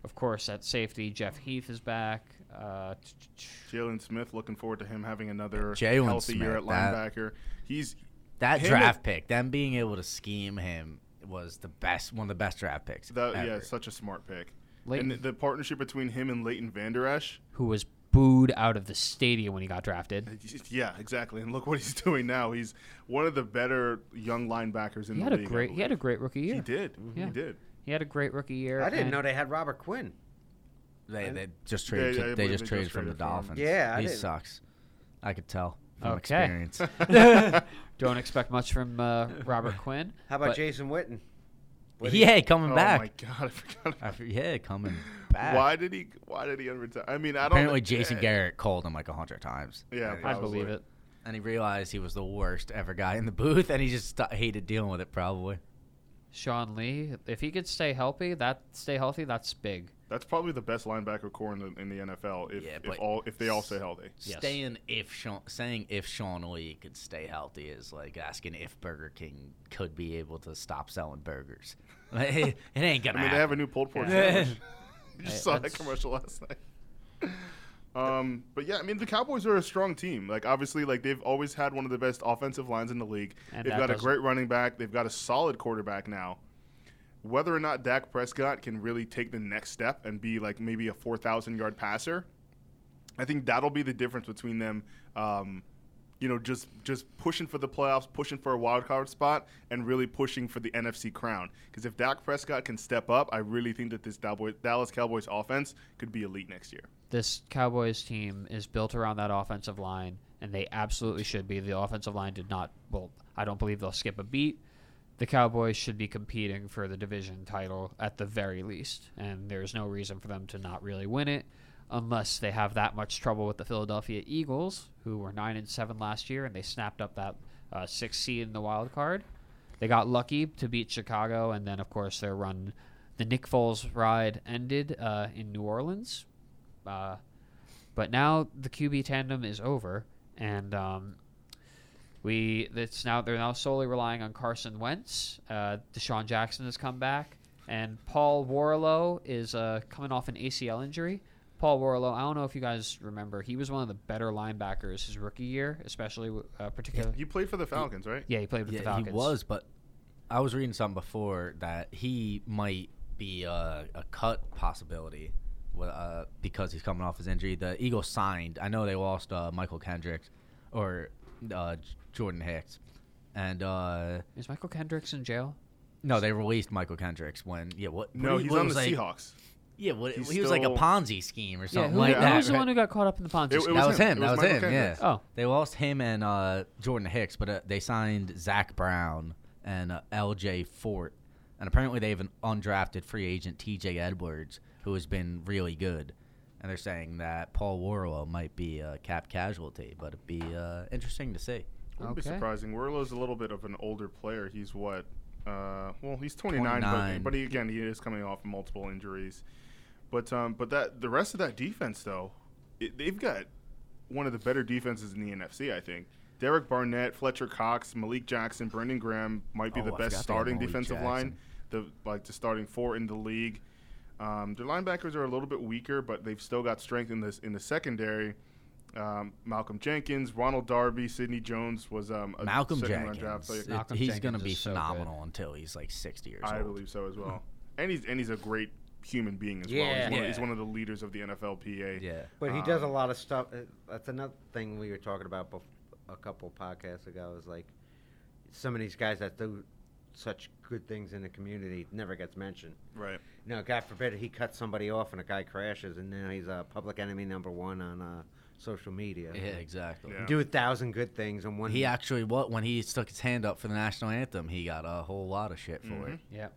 Of course, at safety, Jeff Heath is back. Uh, t- t- t- Jalen Smith, looking forward to him having another Jalen healthy year at Smith, that- linebacker. He's That Him draft pick, them being able to scheme him was the best, one of the best draft picks. that, ever. yeah, such a smart pick. Leighton- And the, the partnership between him and Leighton Vander Esch, who was booed out of the stadium when he got drafted. yeah, exactly. And look what he's (laughs) doing now. He's one of the better young linebackers in He the had a league. I great he had a great rookie believe. year. Mm-hmm. he did. Yeah. He did. He had a great rookie year. I didn't and know they had Robert Quinn. They, they just Yeah, traded. yeah, I to, they believe just they just traded from the traded for him. Dolphins. Yeah, I he didn't- sucks. I could tell from Okay. experience. (laughs) Don't expect much from uh, Robert Quinn. How about but Jason Witten? (laughs) What do you- yeah, coming (laughs) oh my back. god, I forgot. I About f- (laughs) yeah, coming back. Why did he? Why did he unretire? I mean, I don't. Apparently, Jason eh, Garrett called him like a hundred times. Yeah, and, I Probably. believe it. and he realized he was the worst ever guy in the booth, and he just st- hated dealing with it. Probably. Sean Lee, if he could stay healthy, that stay healthy, that's big. That's probably the best linebacker core in the in the NFL. If, Yeah, if but- all if they all stay healthy. Yes. Staying if Sean, saying if Sean Lee could stay healthy is like asking if Burger King could be able to stop selling burgers. (laughs) it ain't I gonna. mean, they have a happen. new pulled pork Yeah. sandwich. (laughs) you Hey, just saw that that's- commercial last night. Um, but yeah, I mean, the Cowboys are a strong team. Like, obviously, like they've always had one of the best offensive lines in the league. And they've that got a doesn't- great running back. They've got a solid quarterback now. Whether or not Dak Prescott can really take the next step and be like maybe a four thousand yard passer, I think that'll be the difference between them um, you know, just just pushing for the playoffs, pushing for a wild card spot, and really pushing for the NFC crown. Because if Dak Prescott can step up, I really think that this Dalbo- Dallas Cowboys offense could be elite next year. This Cowboys team is built around that offensive line, and they absolutely should be. The offensive line did not. Well, I don't believe they'll skip a beat. The Cowboys should be competing for the division title at the very least, and there's no reason for them to not really win it, unless they have that much trouble with the Philadelphia Eagles, who were nine and seven last year, and they snapped up that uh, sixth seed in the wild card. They got lucky to beat Chicago, and then of course their run, the Nick Foles ride ended uh, in New Orleans. Uh, but now the QB tandem is over, and um, we it's now they're now solely relying on Carson Wentz. Uh, Deshaun Jackson has come back, and Paul Warlow is uh, coming off an ACL injury. Paul Warlow, I don't know if you guys remember, he was one of the better linebackers his rookie year, especially uh, particularly. You played for the Falcons, right? Yeah, he played with the Yeah, he Falcons. was, but I was reading something before that he might be a, a cut possibility wh- uh, because he's coming off his injury. The Eagles signed. I know they lost uh, Michael Kendricks or uh, J- Jordan Hicks, and uh, Is Michael Kendricks in jail? no, they released Michael Kendricks when yeah what? No, what he- he's what on the was like- Seahawks. Yeah, what, he He's was like a still- Ponzi scheme or something who, like who that. was the right? one who got caught up in the Ponzi? It- it scheme? was that was him. him. It That was was, Michael him. Kendricks. Yeah. Oh. They lost him and uh, Jordan Hicks, but uh, they signed Zach Brown and uh, L.J. Fort, and apparently they have an undrafted free agent T.J. Edwards who has been really good, and they're saying that Paul Warlow might be a cap casualty, but it'd be uh, interesting to see. Wouldn't be Okay. surprising. Werlow's a little bit of an older player. He's what? Uh, well, he's 29, 29. But, but he, again, he is coming off multiple injuries. But um, but that the rest of that defense though, it, they've got one of the better defenses in the NFC. I think Derek Barnett, Fletcher Cox, Malik Jackson, Brendan Graham might be Oh, the I forgot they best had starting Malik defensive line. The like the starting four in the league. Um, their linebackers are a little bit weaker, but they've still got strength in this in the secondary. Um, Malcolm Jenkins, Ronald Darby, Sidney Jones was um, a Malcolm second-round Jenkins, draft player. it- Malcolm he's Jenkins going to be is so good. phenomenal until he's like 60 years I old. believe so as well. And he's and he's a great human being as well. He's Yeah. one, Of, he's Yeah. one of the leaders of the NFLPA. Yeah. But he does a Um, lot of stuff. uh, That's another thing we were talking about bef- a couple podcasts ago. Is like some of these guys that do such good things in the community never gets mentioned. Right. You know, God forbid he cuts somebody off and a guy crashes, and now he's a uh, public enemy number one on uh, social media. Yeah, exactly. Yeah. Do a thousand good things and one. He actually, what when he stuck his hand up for the national anthem, he got a whole lot of shit for it. Mhm. Yep.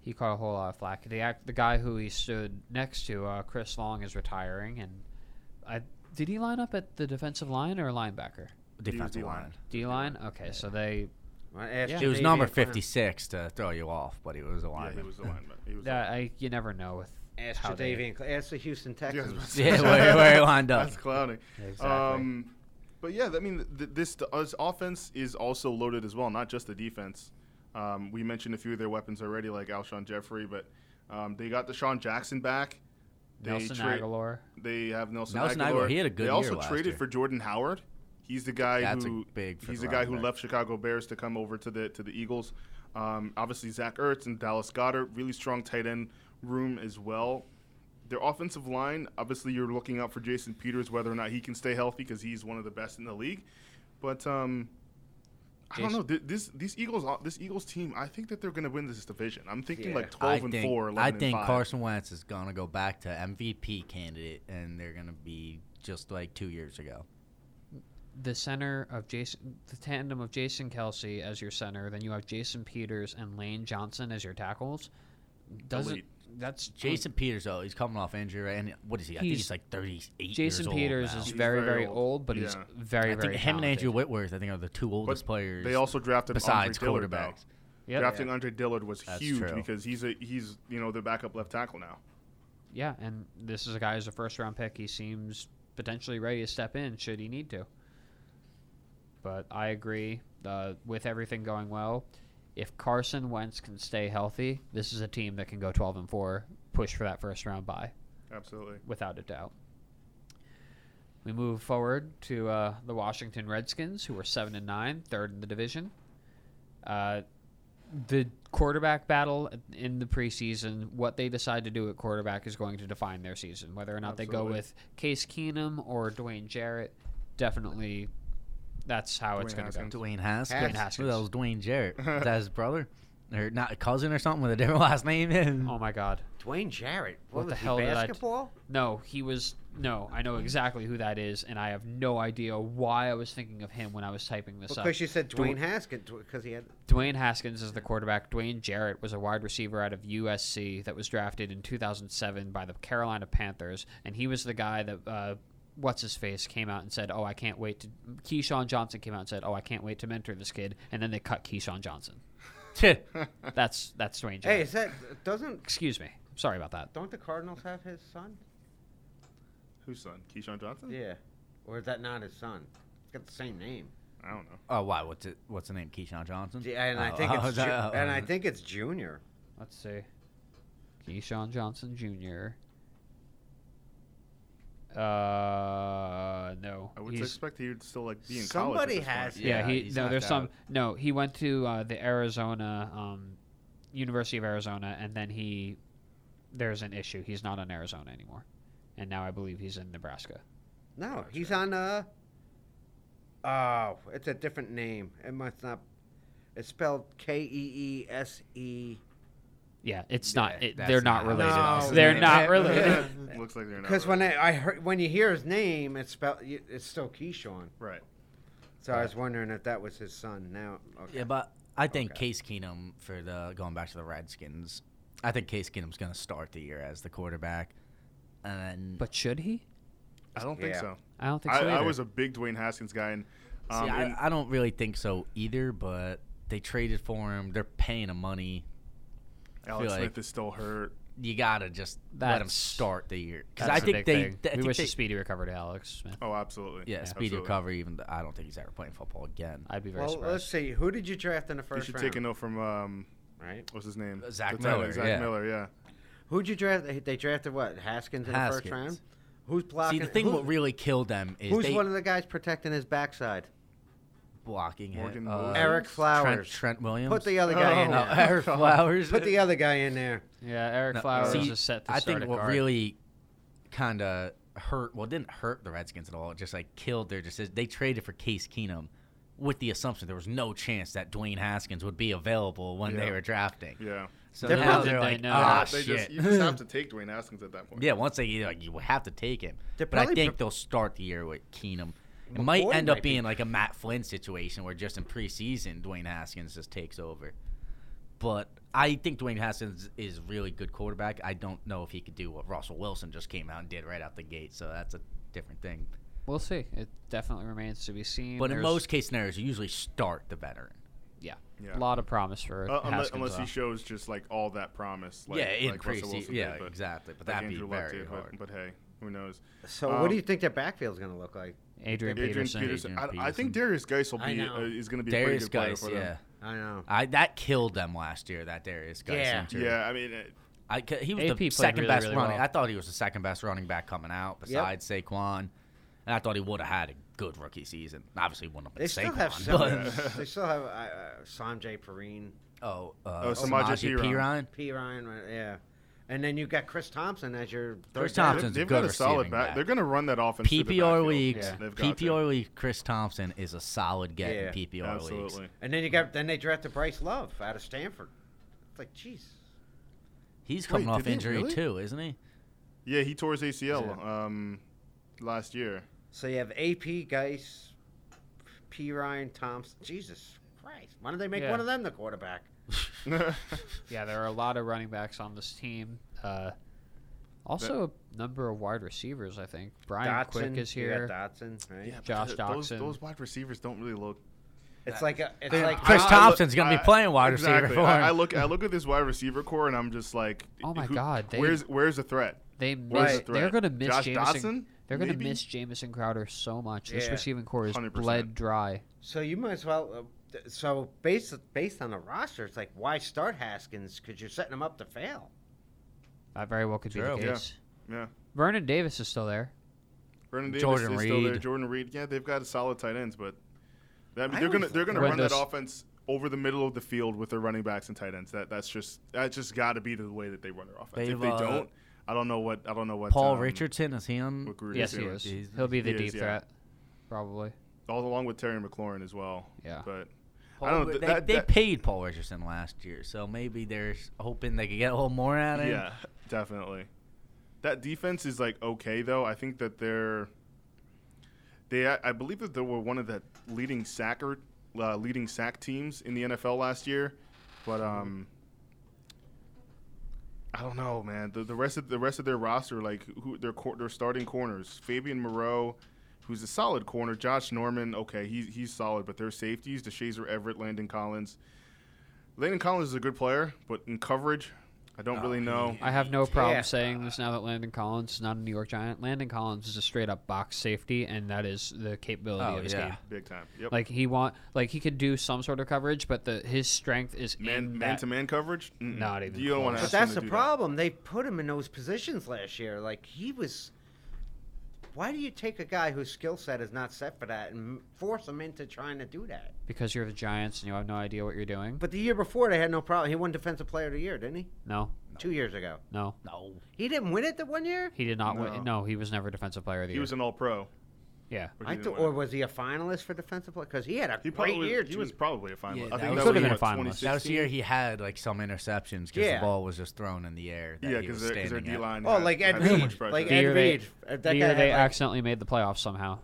He caught a whole lot of flack. The act, the guy who he stood next to, uh, Chris Long, is retiring, and I did he line up at the defensive line or linebacker? Defensive D-line. line. D line. Okay, so they. I asked Yeah. It was JV number if I- 56 to throw you off, but it was a Yeah, lineman. he was the lineman. He was. That, I you never know with Asked how they- Jadavian Cl- asked the Houston the- Yeah, I was Texans. about to say. Yeah, where, where it lined up. That's clowning. Exactly. Um, but yeah, I mean, th- this the, us offense is also loaded as well, not just the defense. Um, we mentioned a few of their weapons already, like Alshon Jeffrey, but um, they got the Deshaun Jackson back. They Nelson tra- Aguilar. They have Nelson, Nelson Aguilar. Aguilar, he had a good They year also last traded year. for Jordan Howard. He's the guy That's a who big for he's the the guy who running back. left Chicago Bears to come over to the to the Eagles. Um, obviously, Zach Ertz and Dallas Goddard, really strong tight end room as well. Their offensive line, obviously, you're looking out for Jason Peters whether or not he can stay healthy because he's one of the best in the league. But um, I don't Jason- know Th- this these Eagles uh, this Eagles team. I think that they're going to win this division. I'm thinking Yeah. like 12 I and think, four. 11 I and think five. Carson Wentz is going to go back to MVP candidate, and they're going to be just like two years ago. the center of Jason, the tandem of Jason Kelsey as your center, then you have Jason Peters and Lane Johnson as your tackles. Doesn't that's Jason Peters, though, he's coming off injury, right? and what is he? I think Hmm. He's- he's like 38 Jason years old Peters now. is He's very very very old. old, but he's Yeah. very I very. think him and Andrew talented. Whitworth, I think, are the two oldest players They also drafted besides Andre Dillard, though. quarterbacks. Yep. Drafting Andre Dillard was That's huge true. because he's a he's you know the backup left tackle now. Yeah, and this is a guy who's a first round pick. He seems potentially ready to step in should he need to. But I agree uh, with everything going well. If Carson Wentz can stay healthy, this is a team that can go 12 and 4, push for that first round bye Absolutely. (laughs) without a doubt. We move forward to uh, the Washington Redskins, who are seven and nine, third in the division. Uh, the quarterback battle in the preseason, what they decide to do at quarterback is going to define their season. Whether or not they go Absolutely. with Case Keenum or Dwayne Jarrett, definitely that's how it's Dwayne going to go. Haskins. Dwayne Haskins. Haskins. Dwayne Haskins. That was Dwayne Jarrett. (laughs) That's his brother, or not a cousin or something with a different (laughs) last name. And Oh my god. Dwayne Jarrett. What What, the was he, hell did I t- Basketball? No, he was no. I know exactly who that is, and I have no idea why I was thinking of him when I was typing this up. Because you said Dwayne- Dwayne Haskins because he had. Dwayne Haskins is the quarterback. Dwayne Jarrett was a wide receiver out of USC that was drafted in 2007 by the Carolina Panthers, and he was the guy that uh, what's his face came out and said, "Oh, I can't wait to." Keyshawn Johnson came out and said, "Oh, I can't wait to mentor this kid," and then they cut Keyshawn Johnson. That's that's Dwayne Jarrett. Hey, is that doesn't Excuse me. Sorry about that. don't the Cardinals have his son? Whose son? Keyshawn Johnson? Yeah, or is that not his son? It's got the same name. I don't know. oh, why? What's it? What's the name? Keyshawn Johnson. Yeah, and I Oh, (laughs) think oh, it's that- Ju- oh, and I oh. think it's Junior. Let's see. Keyshawn Johnson Jr. Uh, no. I would he's- expect he would still like be in Somebody college. at this has- point. yeah, Yeah, he he's no. knocked There's some out. no. He went to uh, the Arizona um, University of Arizona, and then he there's an issue. He's not in Arizona anymore, and now I believe he's in Nebraska. No, he's on uh Oh, it's a different name. It must not. It's spelled K E E S E. Yeah, it's Yeah, not. It, that's they're not not- related. No, they're yeah. not Yeah. (laughs) related. (laughs) Looks like they're not. Because when related. I, I heard when you hear his name, it's spelled it's still Keyshawn. right, So I was wondering if that was his son. Now, okay. Yeah, but I think Okay. Case Keenum for the going back to the Redskins. I think Case Keenum's going to start the year as the quarterback, and then but should he? I don't think Yeah. so. I don't think I, so. I either. was a big Dwayne Haskins guy, and, um, See, and I, I don't really think so either. But they traded for him. They're paying him money. Alex like- Smith is still hurt. You gotta just let him That's- start the year because That's I the big think they. thing. th- I we think wish they- a speedy recovery to Alex Smith. Oh, absolutely. yeah, speed Absolutely. recovery. Even th- I don't think he's ever playing football again. I'd be very well, surprised. let's see. Who did you draft in the You first should round? take a note from um, right. what's his name? Uh, Zach The tight end, Miller, Zach yeah. Miller. Yeah. Who'd you draft? They- They drafted what? Haskins in the Haskins. first round. Who's blocking? See, the thing who- what really killed them is who's they one of the guys protecting his backside? blocking Morgan him. Uh, Williams? Eric Trent, Flowers. Trent Williams. Put the other guy in Oh, no, (laughs) there. Eric God. Flowers. (laughs) Put the other guy in there. yeah, Eric No, uh, Flowers see, is set to I start think at what guard. really kind of hurt, well, it didn't hurt the Redskins at all. It just like killed their decision. They traded for Case Keenum with the assumption there was no chance that Dwayne Haskins would be available when they Yeah. were drafting. Yeah. So They're now probably- they're They like, know. ah, Yeah, they shit. Just, you (laughs) just have to take Dwayne Haskins at that point. yeah, once they you like, you have to take him. They're But I probably think pre- they'll start the year with Keenum. It might McCoy end up might be- being like a Matt Flynn situation where just in preseason Dwayne Haskins just takes over. But I think Dwayne Haskins is really good quarterback. I don't know if he could do what Russell Wilson just came out and did right out the gate. So that's a different thing. We'll see. It definitely remains to be seen. But in There's most case scenarios, you usually start the veteran. Yeah. a lot of promise for Uh, unless, Haskins. unless he though. shows just like all that promise. Like, yeah, in like pre Russell preseason. Wilson yeah, did, but, exactly. But like that'd Andrew be Luck very did, hard. But, but hey, who knows? So what do Um, you think that backfield's going to look like? Adrian Adrian, Peterson. Peterson. Adrian I, I Peterson. think Darius Geis will I be know. uh, is going to be a pretty Darius good player Geis, for yeah. them. I know. I, that killed them last year, that Darius Geis Yeah. injury. Yeah, I mean, uh, I, 'cause he was AP the played second really, best really running. well. I thought he was the second best running back coming out besides Saquon, and I thought he would have had a good rookie season. Obviously, wouldn't have been They Saquon. still have but, (laughs) some, they still have uh, uh, Sanjay Perrine, oh, uh, Oh, Samaje Samaje Perine. Perine. P Ryan, right, yeah, and then you've got Chris Thompson as your third Chris down. Thompson's a they've good got a solid receiving back. back. They're going to run that offense. through the PPR backfield. leagues, Yeah. They've got to. PPR league. Chris Thompson is a solid get Yeah, in PPR leagues. Absolutely. And then you got then they drafted Bryce Love out of Stanford. It's like, jeez. He's coming Wait, off did he injury really? too, isn't he? Yeah, he tore his ACL um, last year. (laughs) So you have AP Geis, P Ryan Thompson. Jesus Christ! Why don't they make Yeah. one of them the quarterback? yeah, Yeah, there are a lot of running backs on this team. Uh, also, a number of wide receivers. I think Brian Dotson Quick is you got here. Dotson, right? but Josh th- those, Doxson. those wide receivers don't really look It's like a, it's They- like Chris I- I Thompson's look- gonna be I- playing wide exactly. receiver for I, him. I look, I look at this wide receiver core, and I'm just like, Oh my who- God, they- where's where's the threat? they Where's miss, the they're threat? going to miss Josh Jameson. Dotson? They're going to Maybe? miss Jamison Crowder so much. This Yeah. receiving core is 100%. bled dry. So you might as well. Uh, th- so based based on the roster, it's like why start Haskins? Because you're setting him up to fail. That very well could True. be the Yeah. case. Yeah, Vernon Davis is still there. Vernon Davis Jordan is still there. Reed. Jordan Reed. Yeah, they've got solid tight ends, but I mean, I they're always gonna thought- they're gonna When run those- that offense over the middle of the field with their running backs and tight ends. That that's just that's just got to be the way that they run their offense. They've, if they uh, don't, I don't know what I don't know what Paul um, Richardson is he on? what Gruden yes, is he doing. is. He's- He'll be the he deep is, yeah. threat, probably. all along with Terry McLaurin as well. Yeah. But Paul, I don't know. Ri- th- They, that, they that- paid Paul Richardson last year, so maybe they're s- hoping they could get a little more out of him. yeah, definitely. That defense is like okay though. I think that they're they I I believe that they were one of the leading sacker uh, leading sack teams in the NFL last year, but um I don't know, man. The, the rest of the rest of their roster like who their cor- their starting corners, Fabian Moreau Who's a solid corner? Josh Norman, okay, he's he's solid, but their safeties, DeShazer Everett, Landon Collins. Landon Collins is a good player, but in coverage, I don't Oh, really know. he- I have no problem Yeah. saying this now that Landon Collins is not a New York Giant. Landon Collins is a straight up box safety, and that is the capability Oh, of his yeah. game. Big time. Yep. Like he want, like he could do some sort of coverage, but the his strength is in man, that- man to man coverage. Mm-mm. Not even You don't want to. But close. ask him that's to the do problem. They put him in those positions last year. Like he was. Why do you take a guy whose skill set is not set for that and force him into trying to do that? because you're the Giants and you have no idea what you're doing. But the year before, they had no problem. He won Defensive Player of the Year, didn't he? no, Two years ago, no, No. he didn't win it the one year. he did not No. win. No, he was never defensive player of That. the He year. was an All Pro. yeah, but he I didn't thought, win or it. was he a finalist for Defensive Player? Because he had a He great probably was, year. He two- was probably a finalist. Yeah, I that think was- that Could've was been a like finalist. 2016. That was the year he had like so many interceptions because Yeah. the ball was just thrown in the air. That Yeah, because because their, 'cause their D line. Oh, like Ed had so Reed, much pressure. like The Ed year they- Reed. Uh, that the year guy they had, like, accidentally made the (laughs) playoffs somehow.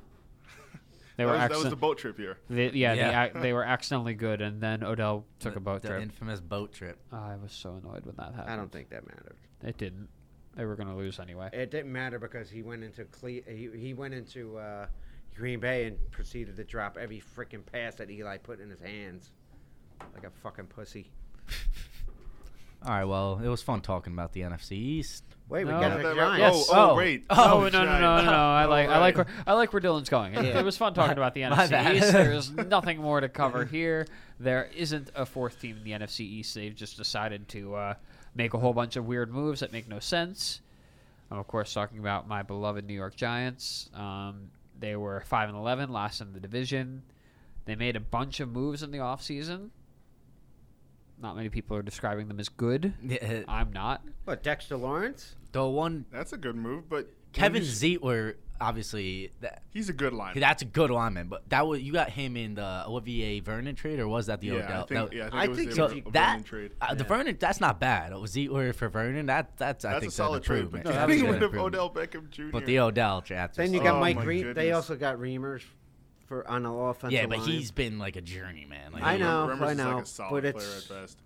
They that, were was, that was accident- the boat trip year. the- yeah, Yeah. They, ac- they were accidentally good, and then Odell took a boat the trip. Ah, infamous boat trip. I was so annoyed when that happened. I don't think that mattered. it didn't. They were going to lose anyway. It didn't matter because he went into Cle- he, he went into uh, Green Bay and proceeded to drop every freaking pass that Eli put in his hands, like a fucking pussy. All right, well, it was fun talking about the NFC East. Wait, No. we got That- the that- Giants. Oh, Yes. oh, Oh. wait. Oh, (laughs) Oh no no no no! no. I like I like where, I like where Dylan's going. It, Yeah. it was fun (laughs) talking about the my NFC bad. East. There (laughs) is nothing more to cover here. There isn't a fourth team in the NFC East. They've just decided to uh, make a whole bunch of weird moves that make no sense. I'm of course talking about my beloved New York Giants. Um, they were five and eleven, last in the division. They made a bunch of moves in the offseason. Not many people are describing them as good. I'm not. What, Dexter Lawrence? the one That's a good move, but Kevin Zietler, obviously, that, he's a good lineman. that's a good lineman. But that was you got him in the Olivier Vernon trade, or was that the yeah, Odell? I think, that- yeah, I think I it was think the so. So Vernon that trade. uh, the Vernon, that's not bad. It was Zietler for Vernon. That that's I That's think a solid that's an trade, but (laughs) improvement. no, That I was think an it would have improvement. Odell Beckham Jr. But the Odell draft. Then you was- got Oh, Mike my Green. They goodness. also got Reamers for on the offensive yeah, but line. he's been like a journeyman. Like, I he- know, Remmers I is know, like a solid but player it's- at best.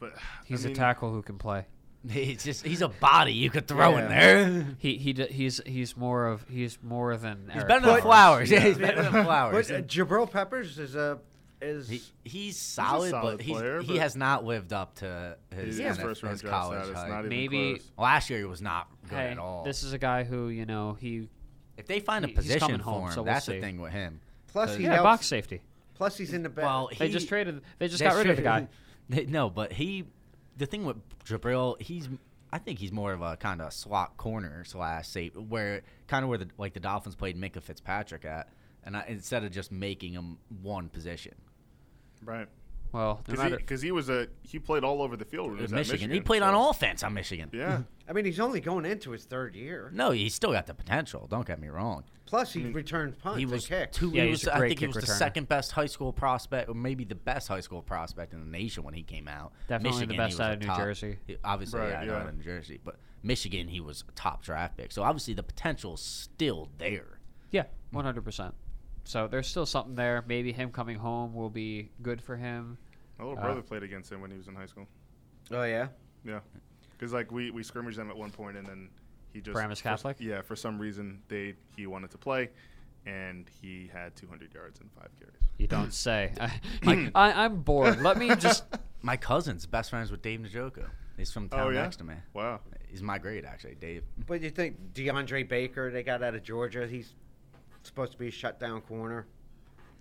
But He's I mean, a tackle who can play. (laughs) He's just he's a body you could throw Yeah. in there. He he d- he's he's more of (laughs) he's more than He's Eric better than (laughs) Flowers. Yeah, he's better than But Flowers. uh, Jabril Peppers is a is He, he's solid, solid but, he's, player, he but- has not lived up to his, he's NF first round his draft college status. hype. Not even Maybe- close. Last year he was not good Hey, at all. This is a guy who you know he if they find a he- he's coming position home, for him, so we'll that's see. the thing with him. plus he yeah helps- box safety. plus he's in the back. Well, They just he- traded. They just That's got rid of the true. guy. They- No, but he, the thing with Jabril, he's, I think he's more of a kind of slot corner slash safe, where kind of where the like the Dolphins played Micah Fitzpatrick at, and I, instead of just making him one position, Right. Well, no Because matter, he, 'cause he was a he played all over the field. When it he was was Michigan. At Michigan. He played so- on offense on Michigan. (laughs) Yeah, I mean, he's only going into his third year. No, he's still got the potential. Don't get me wrong. Plus, he returns punts He and was kicks. two. Yeah, he he's was, a I great think he kick was the returner. second best high school prospect, or maybe the best high school prospect in the nation when he came out. Definitely the Michigan, he best was a out of New top- Jersey. he- Obviously, Right, yeah, I know yeah. out of New Jersey, but Michigan, he was a top draft pick. So obviously, the potential's still there. yeah, one hundred percent. So there's still something there. Maybe him coming home will be good for him. my little Uh, brother played against him when he was in high school. Oh yeah, Yeah, because like we we scrimmaged them at one point, and then he just Bram is for- Catholic? yeah, for some reason they he wanted to play, and he had 200 yards and five carries. You don't say. (laughs) Mike, I, I'm bored. Let me just. My cousin's best friends with Dave Njoko. He's from town oh yeah, next to me. wow. He's my grade actually, Dave. but you think DeAndre Baker they got out of Georgia? He's supposed to be a shutdown corner.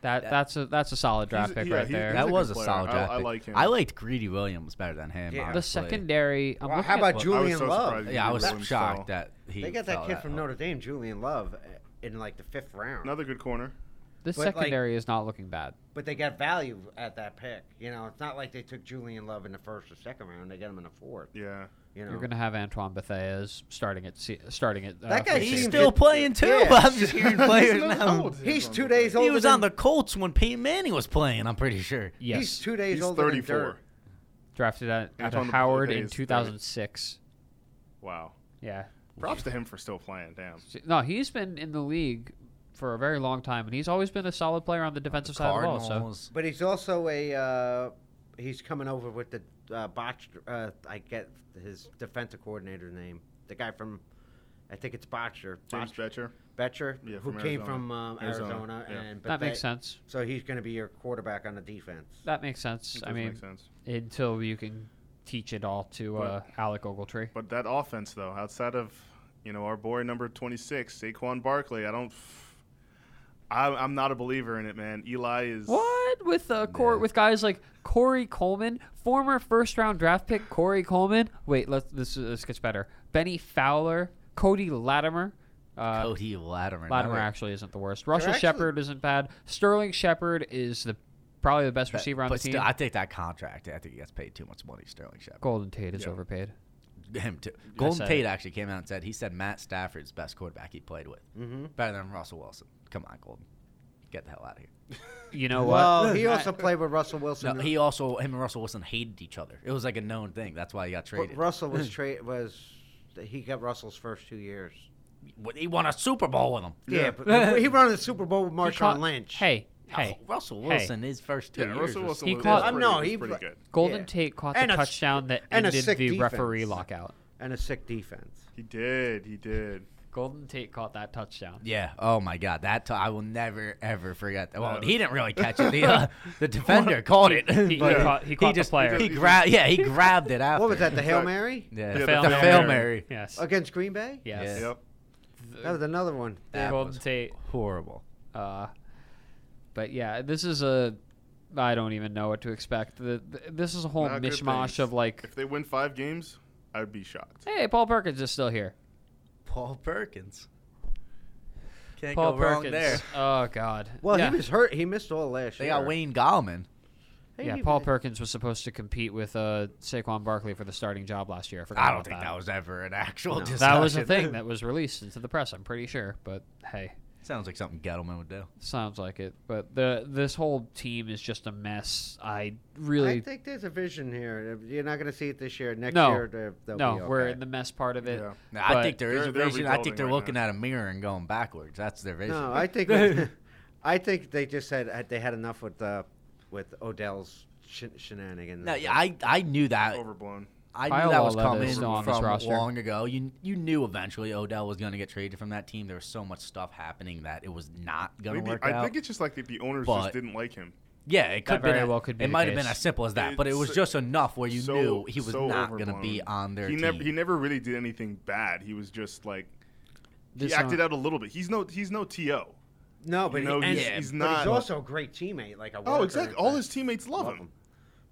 That that's a that's a solid draft He's- pick yeah, right he's- there. he's- that a was good a player. solid I- draft. I pick. like him. I liked Greedy Williams better than him. Yeah. the honestly. secondary. I'm Well, looking how at about what- I Julian was so Love. surprised. Yeah, I was Williams shocked fell. that he. They got that fell kid from low. Notre Dame, Julian Love, uh, in like the fifth round. Another good corner. The but, like- secondary is not looking bad. But they got value at that pick. You know, it's not like they took Julian Love in the first or second round. They got him in the fourth. Yeah, You know, You're gonna have Antoine Bethea starting at se- starting at uh, That guy free seems- He's safety. still playing too. Yeah. (laughs) I'm just hearing players not now. old. he's two days old. He was on the Colts when Peyton Manning was playing. I'm pretty sure. yes He's two days He's old. 34. drafted out, out Antoine of Bethea Howard in is 2006. Wow. Yeah, Props to him for still playing. Damn. See, no, he's been in the league for a very long time, and he's always been a solid player on the defensive side of the ball. So Cardinals. But he's also a uh, he's coming over with the uh, botched. Uh, I get his defensive coordinator name. The guy from I think it's Botcher. James Botcher, Betcher. Betcher Yeah, who from came Arizona. from um, Arizona, Arizona. yeah. and that Bethe- makes sense. So he's going to be your quarterback on the defense. That makes sense. It I does mean, make sense. until you can teach it all to uh, Alec Ogletree. But that offense, though, outside of you know our boy number twenty six, Saquon Barkley, I don't. I, I'm not a believer in it, man. Eli is. What with uh, Cor- Yeah. with guys like Corey Coleman, former first round draft pick Corey Coleman. Wait, let's this this gets better. Benny Fowler, Cody Latimer. Uh, Cody Latimer. Latimer another- actually isn't the worst. Russell actually- Shepard isn't bad. Sterling Shepard is the probably the best That- receiver on but the team. still, I take that contract. I think he gets paid too much money. Sterling Shepard. Golden Tate is Yeah. overpaid. Him too. Golden said Tate it. actually came out and said he said Matt Stafford's the best quarterback he played with, Mm-hmm. better than Russell Wilson. Come on, Golden, get the hell out of here. You know what? Well, he also played with Russell Wilson. No, he also him and Russell Wilson hated each other. It was like a known thing. That's why he got But traded. Russell (laughs) was tra- was he got Russell's first two years. But he won a Super Bowl with him. Yeah. Yeah, but he won the Super Bowl with He Marshawn caught- Lynch. Hey, hey. Oh, Russell Hey. Wilson, his first two Yeah, years. Russell was- Wilson he was, caught- pretty, Uh, No, was he pretty pl- good. Golden yeah. Tate caught And the a s- touchdown that and a ended the sick defense. referee lockout. and a sick defense. He did. He did. Golden Tate caught that touchdown. Yeah. Oh my God. That t- I will never ever forget. That. Well, No. he didn't really catch (laughs) it. The, uh, the defender caught it. (laughs) He- he but caught- he caught the just, player. He grabbed. Yeah, he grabbed it out. What was that? The Hail Mary Yeah, The the, fail the Mary. fail Mary. Yes. against Green Bay? Yes. Yeah. Yep. That was another one. That Golden was Tate. horrible. Uh, but yeah, this is a. I don't even know what to expect. The, th this is a whole Not good mishmash things. of like, If they win five games, I'd be shocked. hey, Paul Perkins is still here. Paul Perkins. Can't Paul go Perkins. wrong there. Oh God. Well, yeah. he was hurt. He missed all last They year. got Wayne Gallman. Hey, yeah, he Paul was- Perkins was supposed to compete with uh, Saquon Barkley for the starting job last year. I, forgot I don't about think that. that was ever an actual. No. discussion. Uh, That was a thing that was released into the press. I'm pretty sure, but hey, (laughs) Sounds like something Gettleman would do. sounds like it. But the this whole team is just a mess. I really I think there's a vision here. You're not going to see it this year. Next No. year, they're- they'll no. be okay. We're in the mess part of it. Yeah. No, But I think there is they're- a they're vision. I think rebuilding they're right looking now. at a mirror and going backwards. That's their vision. No, (laughs) I think, (laughs) I think they just said uh, they had enough with uh, with Odell's sh- shenanigans. No, yeah, I, I knew that. Overblown. I Kyle knew that was Lauletta is coming still on this from roster. long ago. You you knew eventually Odell was going to get traded from that team. There was so much stuff happening that it was not going to Maybe, work I out. think it's just like the, the owners But- just didn't like him. yeah, it could That very been a- well could be It the might have been case. as simple as that, but it was It's just enough where you so- knew he was so not going to be overblown. on their he team. never he never really did anything bad. He was just like This he acted own- out a little bit. He's no he's no to. no, but you know, he, and- he's- but he's he's not- also a great teammate. Like a Oh, worker exactly. and All stuff. his teammates love, Love him. him.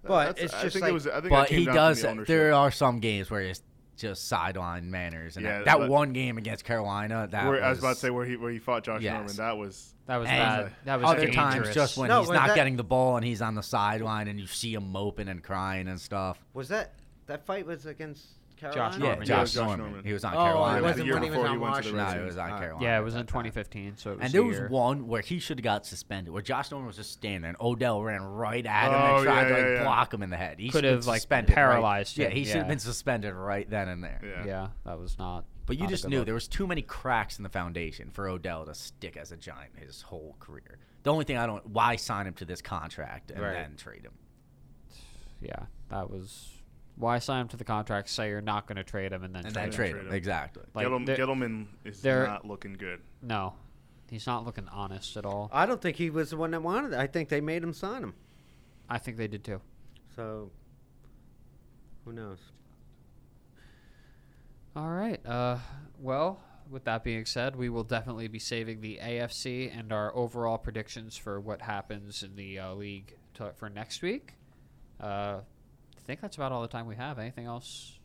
But That's- it's I just think like- it was. I think that but came he down from does. the ownership. There are some games where it's just sideline manners, and Yeah, that, that but- one game against Carolina, that Where- was, I was about to say where he where he fought Josh Yes. Norman. That was That was And bad. That was other dangerous. times just when No, he's but not that- getting the ball and he's on the sideline and you see him moping and crying and stuff. Was that that fight was against Carolina? Josh Yeah, Norman. Yeah, Josh, Josh Norman. Norman. He was on Oh, it Carolina. wasn't The year when he was before on he went to the Washington. No, Redskins. it was on Alright. Carolina. Yeah, at it was that in time. 2015, so it was And the there was year. one where he should have got suspended, where Josh Norman was just standing there, and Odell ran right at him Oh, and tried to yeah, like yeah, yeah. block him in the head. He Could should've been have, like, suspended, right- paralyzed Yeah, him, he should yeah. have been suspended right then and there. yeah. Yeah, that was not. But you not a just good knew look. there was too many cracks in the foundation for Odell to stick as a giant his whole career. The only thing I don't why sign him to this contract and Right. then trade him. Yeah, that was why sign him to the contract. Say you're not going to trade him, and then And trade then him. trade him. Exactly. Like, Gettlem- there- Gettleman is there- not looking good. No, he's not looking honest at all. I don't think he was the one that wanted it. I think they made him sign him. I think they did too. So who knows? All right. Uh, well, with that being said, we will definitely be saving the AFC and our overall predictions for what happens in the uh, league to, for next week. Uh, I think that's about all the time we have. Anything else?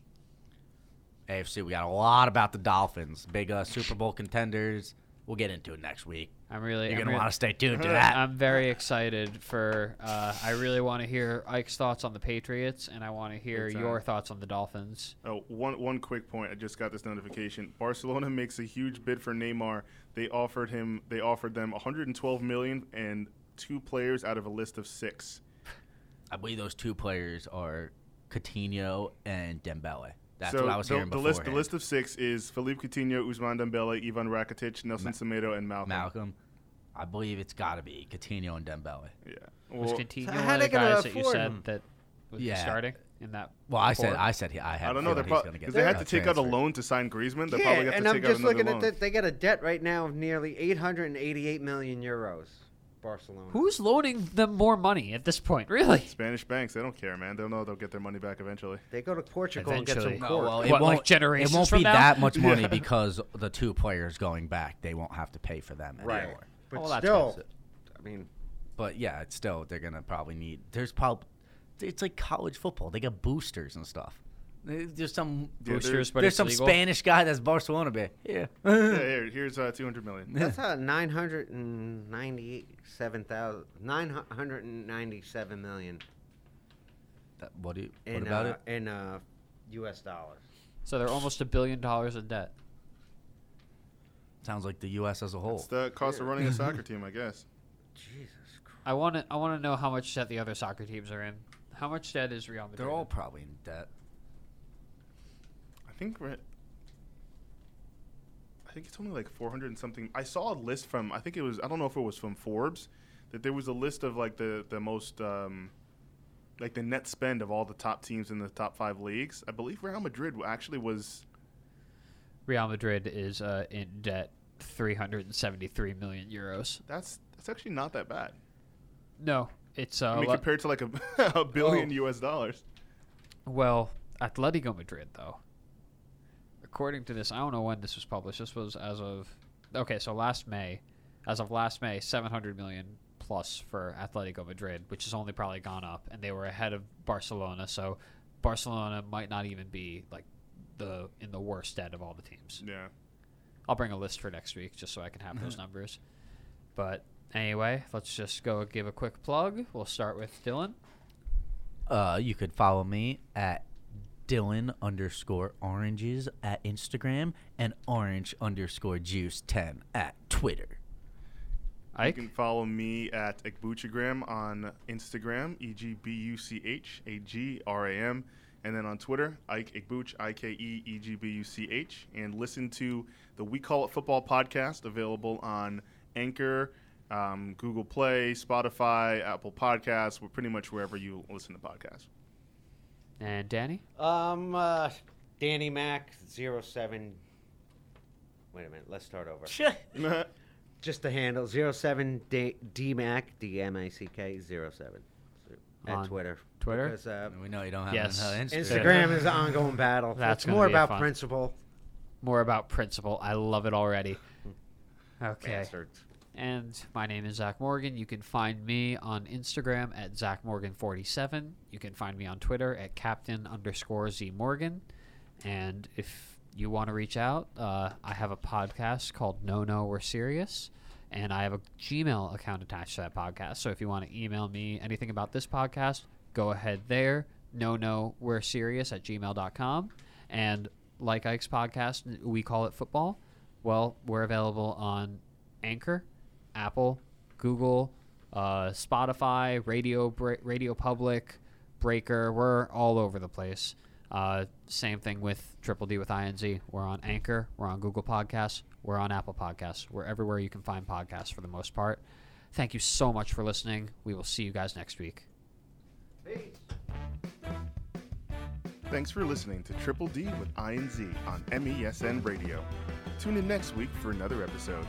AFC, we got a lot about the Dolphins, big uh, Super Bowl contenders. We'll get into it next week. I'm really. You're I'm gonna really- want to stay tuned (laughs) to that. I'm very excited for. Uh, I really want to hear Ike's thoughts on the Patriots, and I want to hear Big time. your thoughts on the Dolphins. Oh, one one quick point. I just got this notification. Barcelona (laughs) makes a huge bid for Neymar. They offered him. They offered them 112 million and two players out of a list of six. I believe those two players are Coutinho and Dembele. That's so what I was the, hearing the before. list. The list of six is Philippe Coutinho, Usman Dembele, Ivan Rakitic, Nelson Ma- Semedo, and Malcolm. Malcolm. I believe it's got to be Coutinho and Dembele. Yeah. Was Well, Coutinho So one how of they the gonna guys that you afford said him? that would be Yeah. starting in that? Well, I said four? I said he. I had. I don't know. They're probably because they had to take out a loan to sign Griezmann. They probably Yeah, got and to I'm take just out another looking loan. at that. They got a debt right now of nearly 888 million euros. Barcelona. Who's loaning them more money at this point? Really? Spanish banks. They don't care, man. They'll know they'll get their money back (laughs) eventually. They go to Portugal and get some Eventually. No, court. Oh, well, it What, like won't, generations It won't from be now? that much (laughs) money Yeah. because the two players going back, they won't have to pay for them Right. anymore. But well, that's still, good. I mean, But yeah, it's still they're gonna probably need. There's probably it's like college football. They got boosters and stuff. There's some Yeah, there's- Boosters, but there's it's some legal. Spanish guy that's Barcelona bit. Yeah. (laughs) yeah, here, here's uh, 200 million. (laughs) that's uh, 997,000 997 million That- what do you, in, what about uh, it? in uh, U.S. dollars. So they're almost a billion dollars in debt. Sounds like the U.S. as a whole. It's the cost of running a soccer team, I guess. Jesus Christ. I want to. I want to know how much debt the other soccer teams are in. How much debt is Real Madrid? They're all probably in debt. I think we're. I think it's only like 400 and something. I saw a list from. I think it was. I don't know if it was from Forbes that there was a list of like the the most um, like the net spend of all the top teams in the top five leagues. I believe Real Madrid actually was. Real Madrid is uh, in debt 373 million euros. That's that's actually not that bad. No, it's uh, I mean, le- compared to like Oh. a, (laughs) a billion U.S. dollars. well, Atletico Madrid though. According to this, I don't know when this was published. This was as of okay, so last May, as of last May, 700 million plus for Atletico Madrid, which has only probably gone up, and they were ahead of Barcelona. So Barcelona might not even be like the in the worst debt of all the teams. Yeah. I'll bring a list for next week just so I can have those numbers. But anyway, let's just go give a quick plug. We'll start with Dylan. Uh, you could follow me at Dylan underscore oranges at Instagram and orange underscore juice 10 at Twitter. Ike. You can follow me at Igbuchagram on Instagram, E G B U C H A G R A M, and then on Twitter, Ike Igbuch, I K E E G B U C H, and listen to the We Call It Football podcast available on Anchor, um, Google Play, Spotify, Apple Podcasts, we're pretty much wherever you listen to podcasts. and Danny. Um, uh, Danny Mac 07. Wait a minute. Let's start over. Just the handle 07 D- DMAC, D M A C K 07. At On Twitter. Twitter? Because, uh, We know you don't have Yes. another Instagram is an ongoing battle. That's That's gonna more be a about fun- principle. More about principle. I love it already. Okay. Bastards. And my name is Zach Morgan. You can find me on Instagram at ZachMorgan47. You can find me on Twitter at Captain underscore Z Morgan. And if you want to reach out, uh, I have a podcast called No No We're Serious. And I have a Gmail account attached to that podcast. So if you want to email me anything about this podcast, go ahead there. No No We're Serious at gmail.com. And like Ike's podcast, we call it football. Well, we're available on Anchor, Apple, Google, uh, Spotify, Radio Bra- Radio Public, Breaker. We're all over the place. Uh, same thing with Triple D with INZ. We're on Anchor. We're on Google Podcasts. We're on Apple Podcasts. We're everywhere you can find podcasts for the most part. Thank you so much for listening. We will see you guys next week. Thanks for listening to Triple E D with INZ on MESN Radio. Tune in next week for another episode.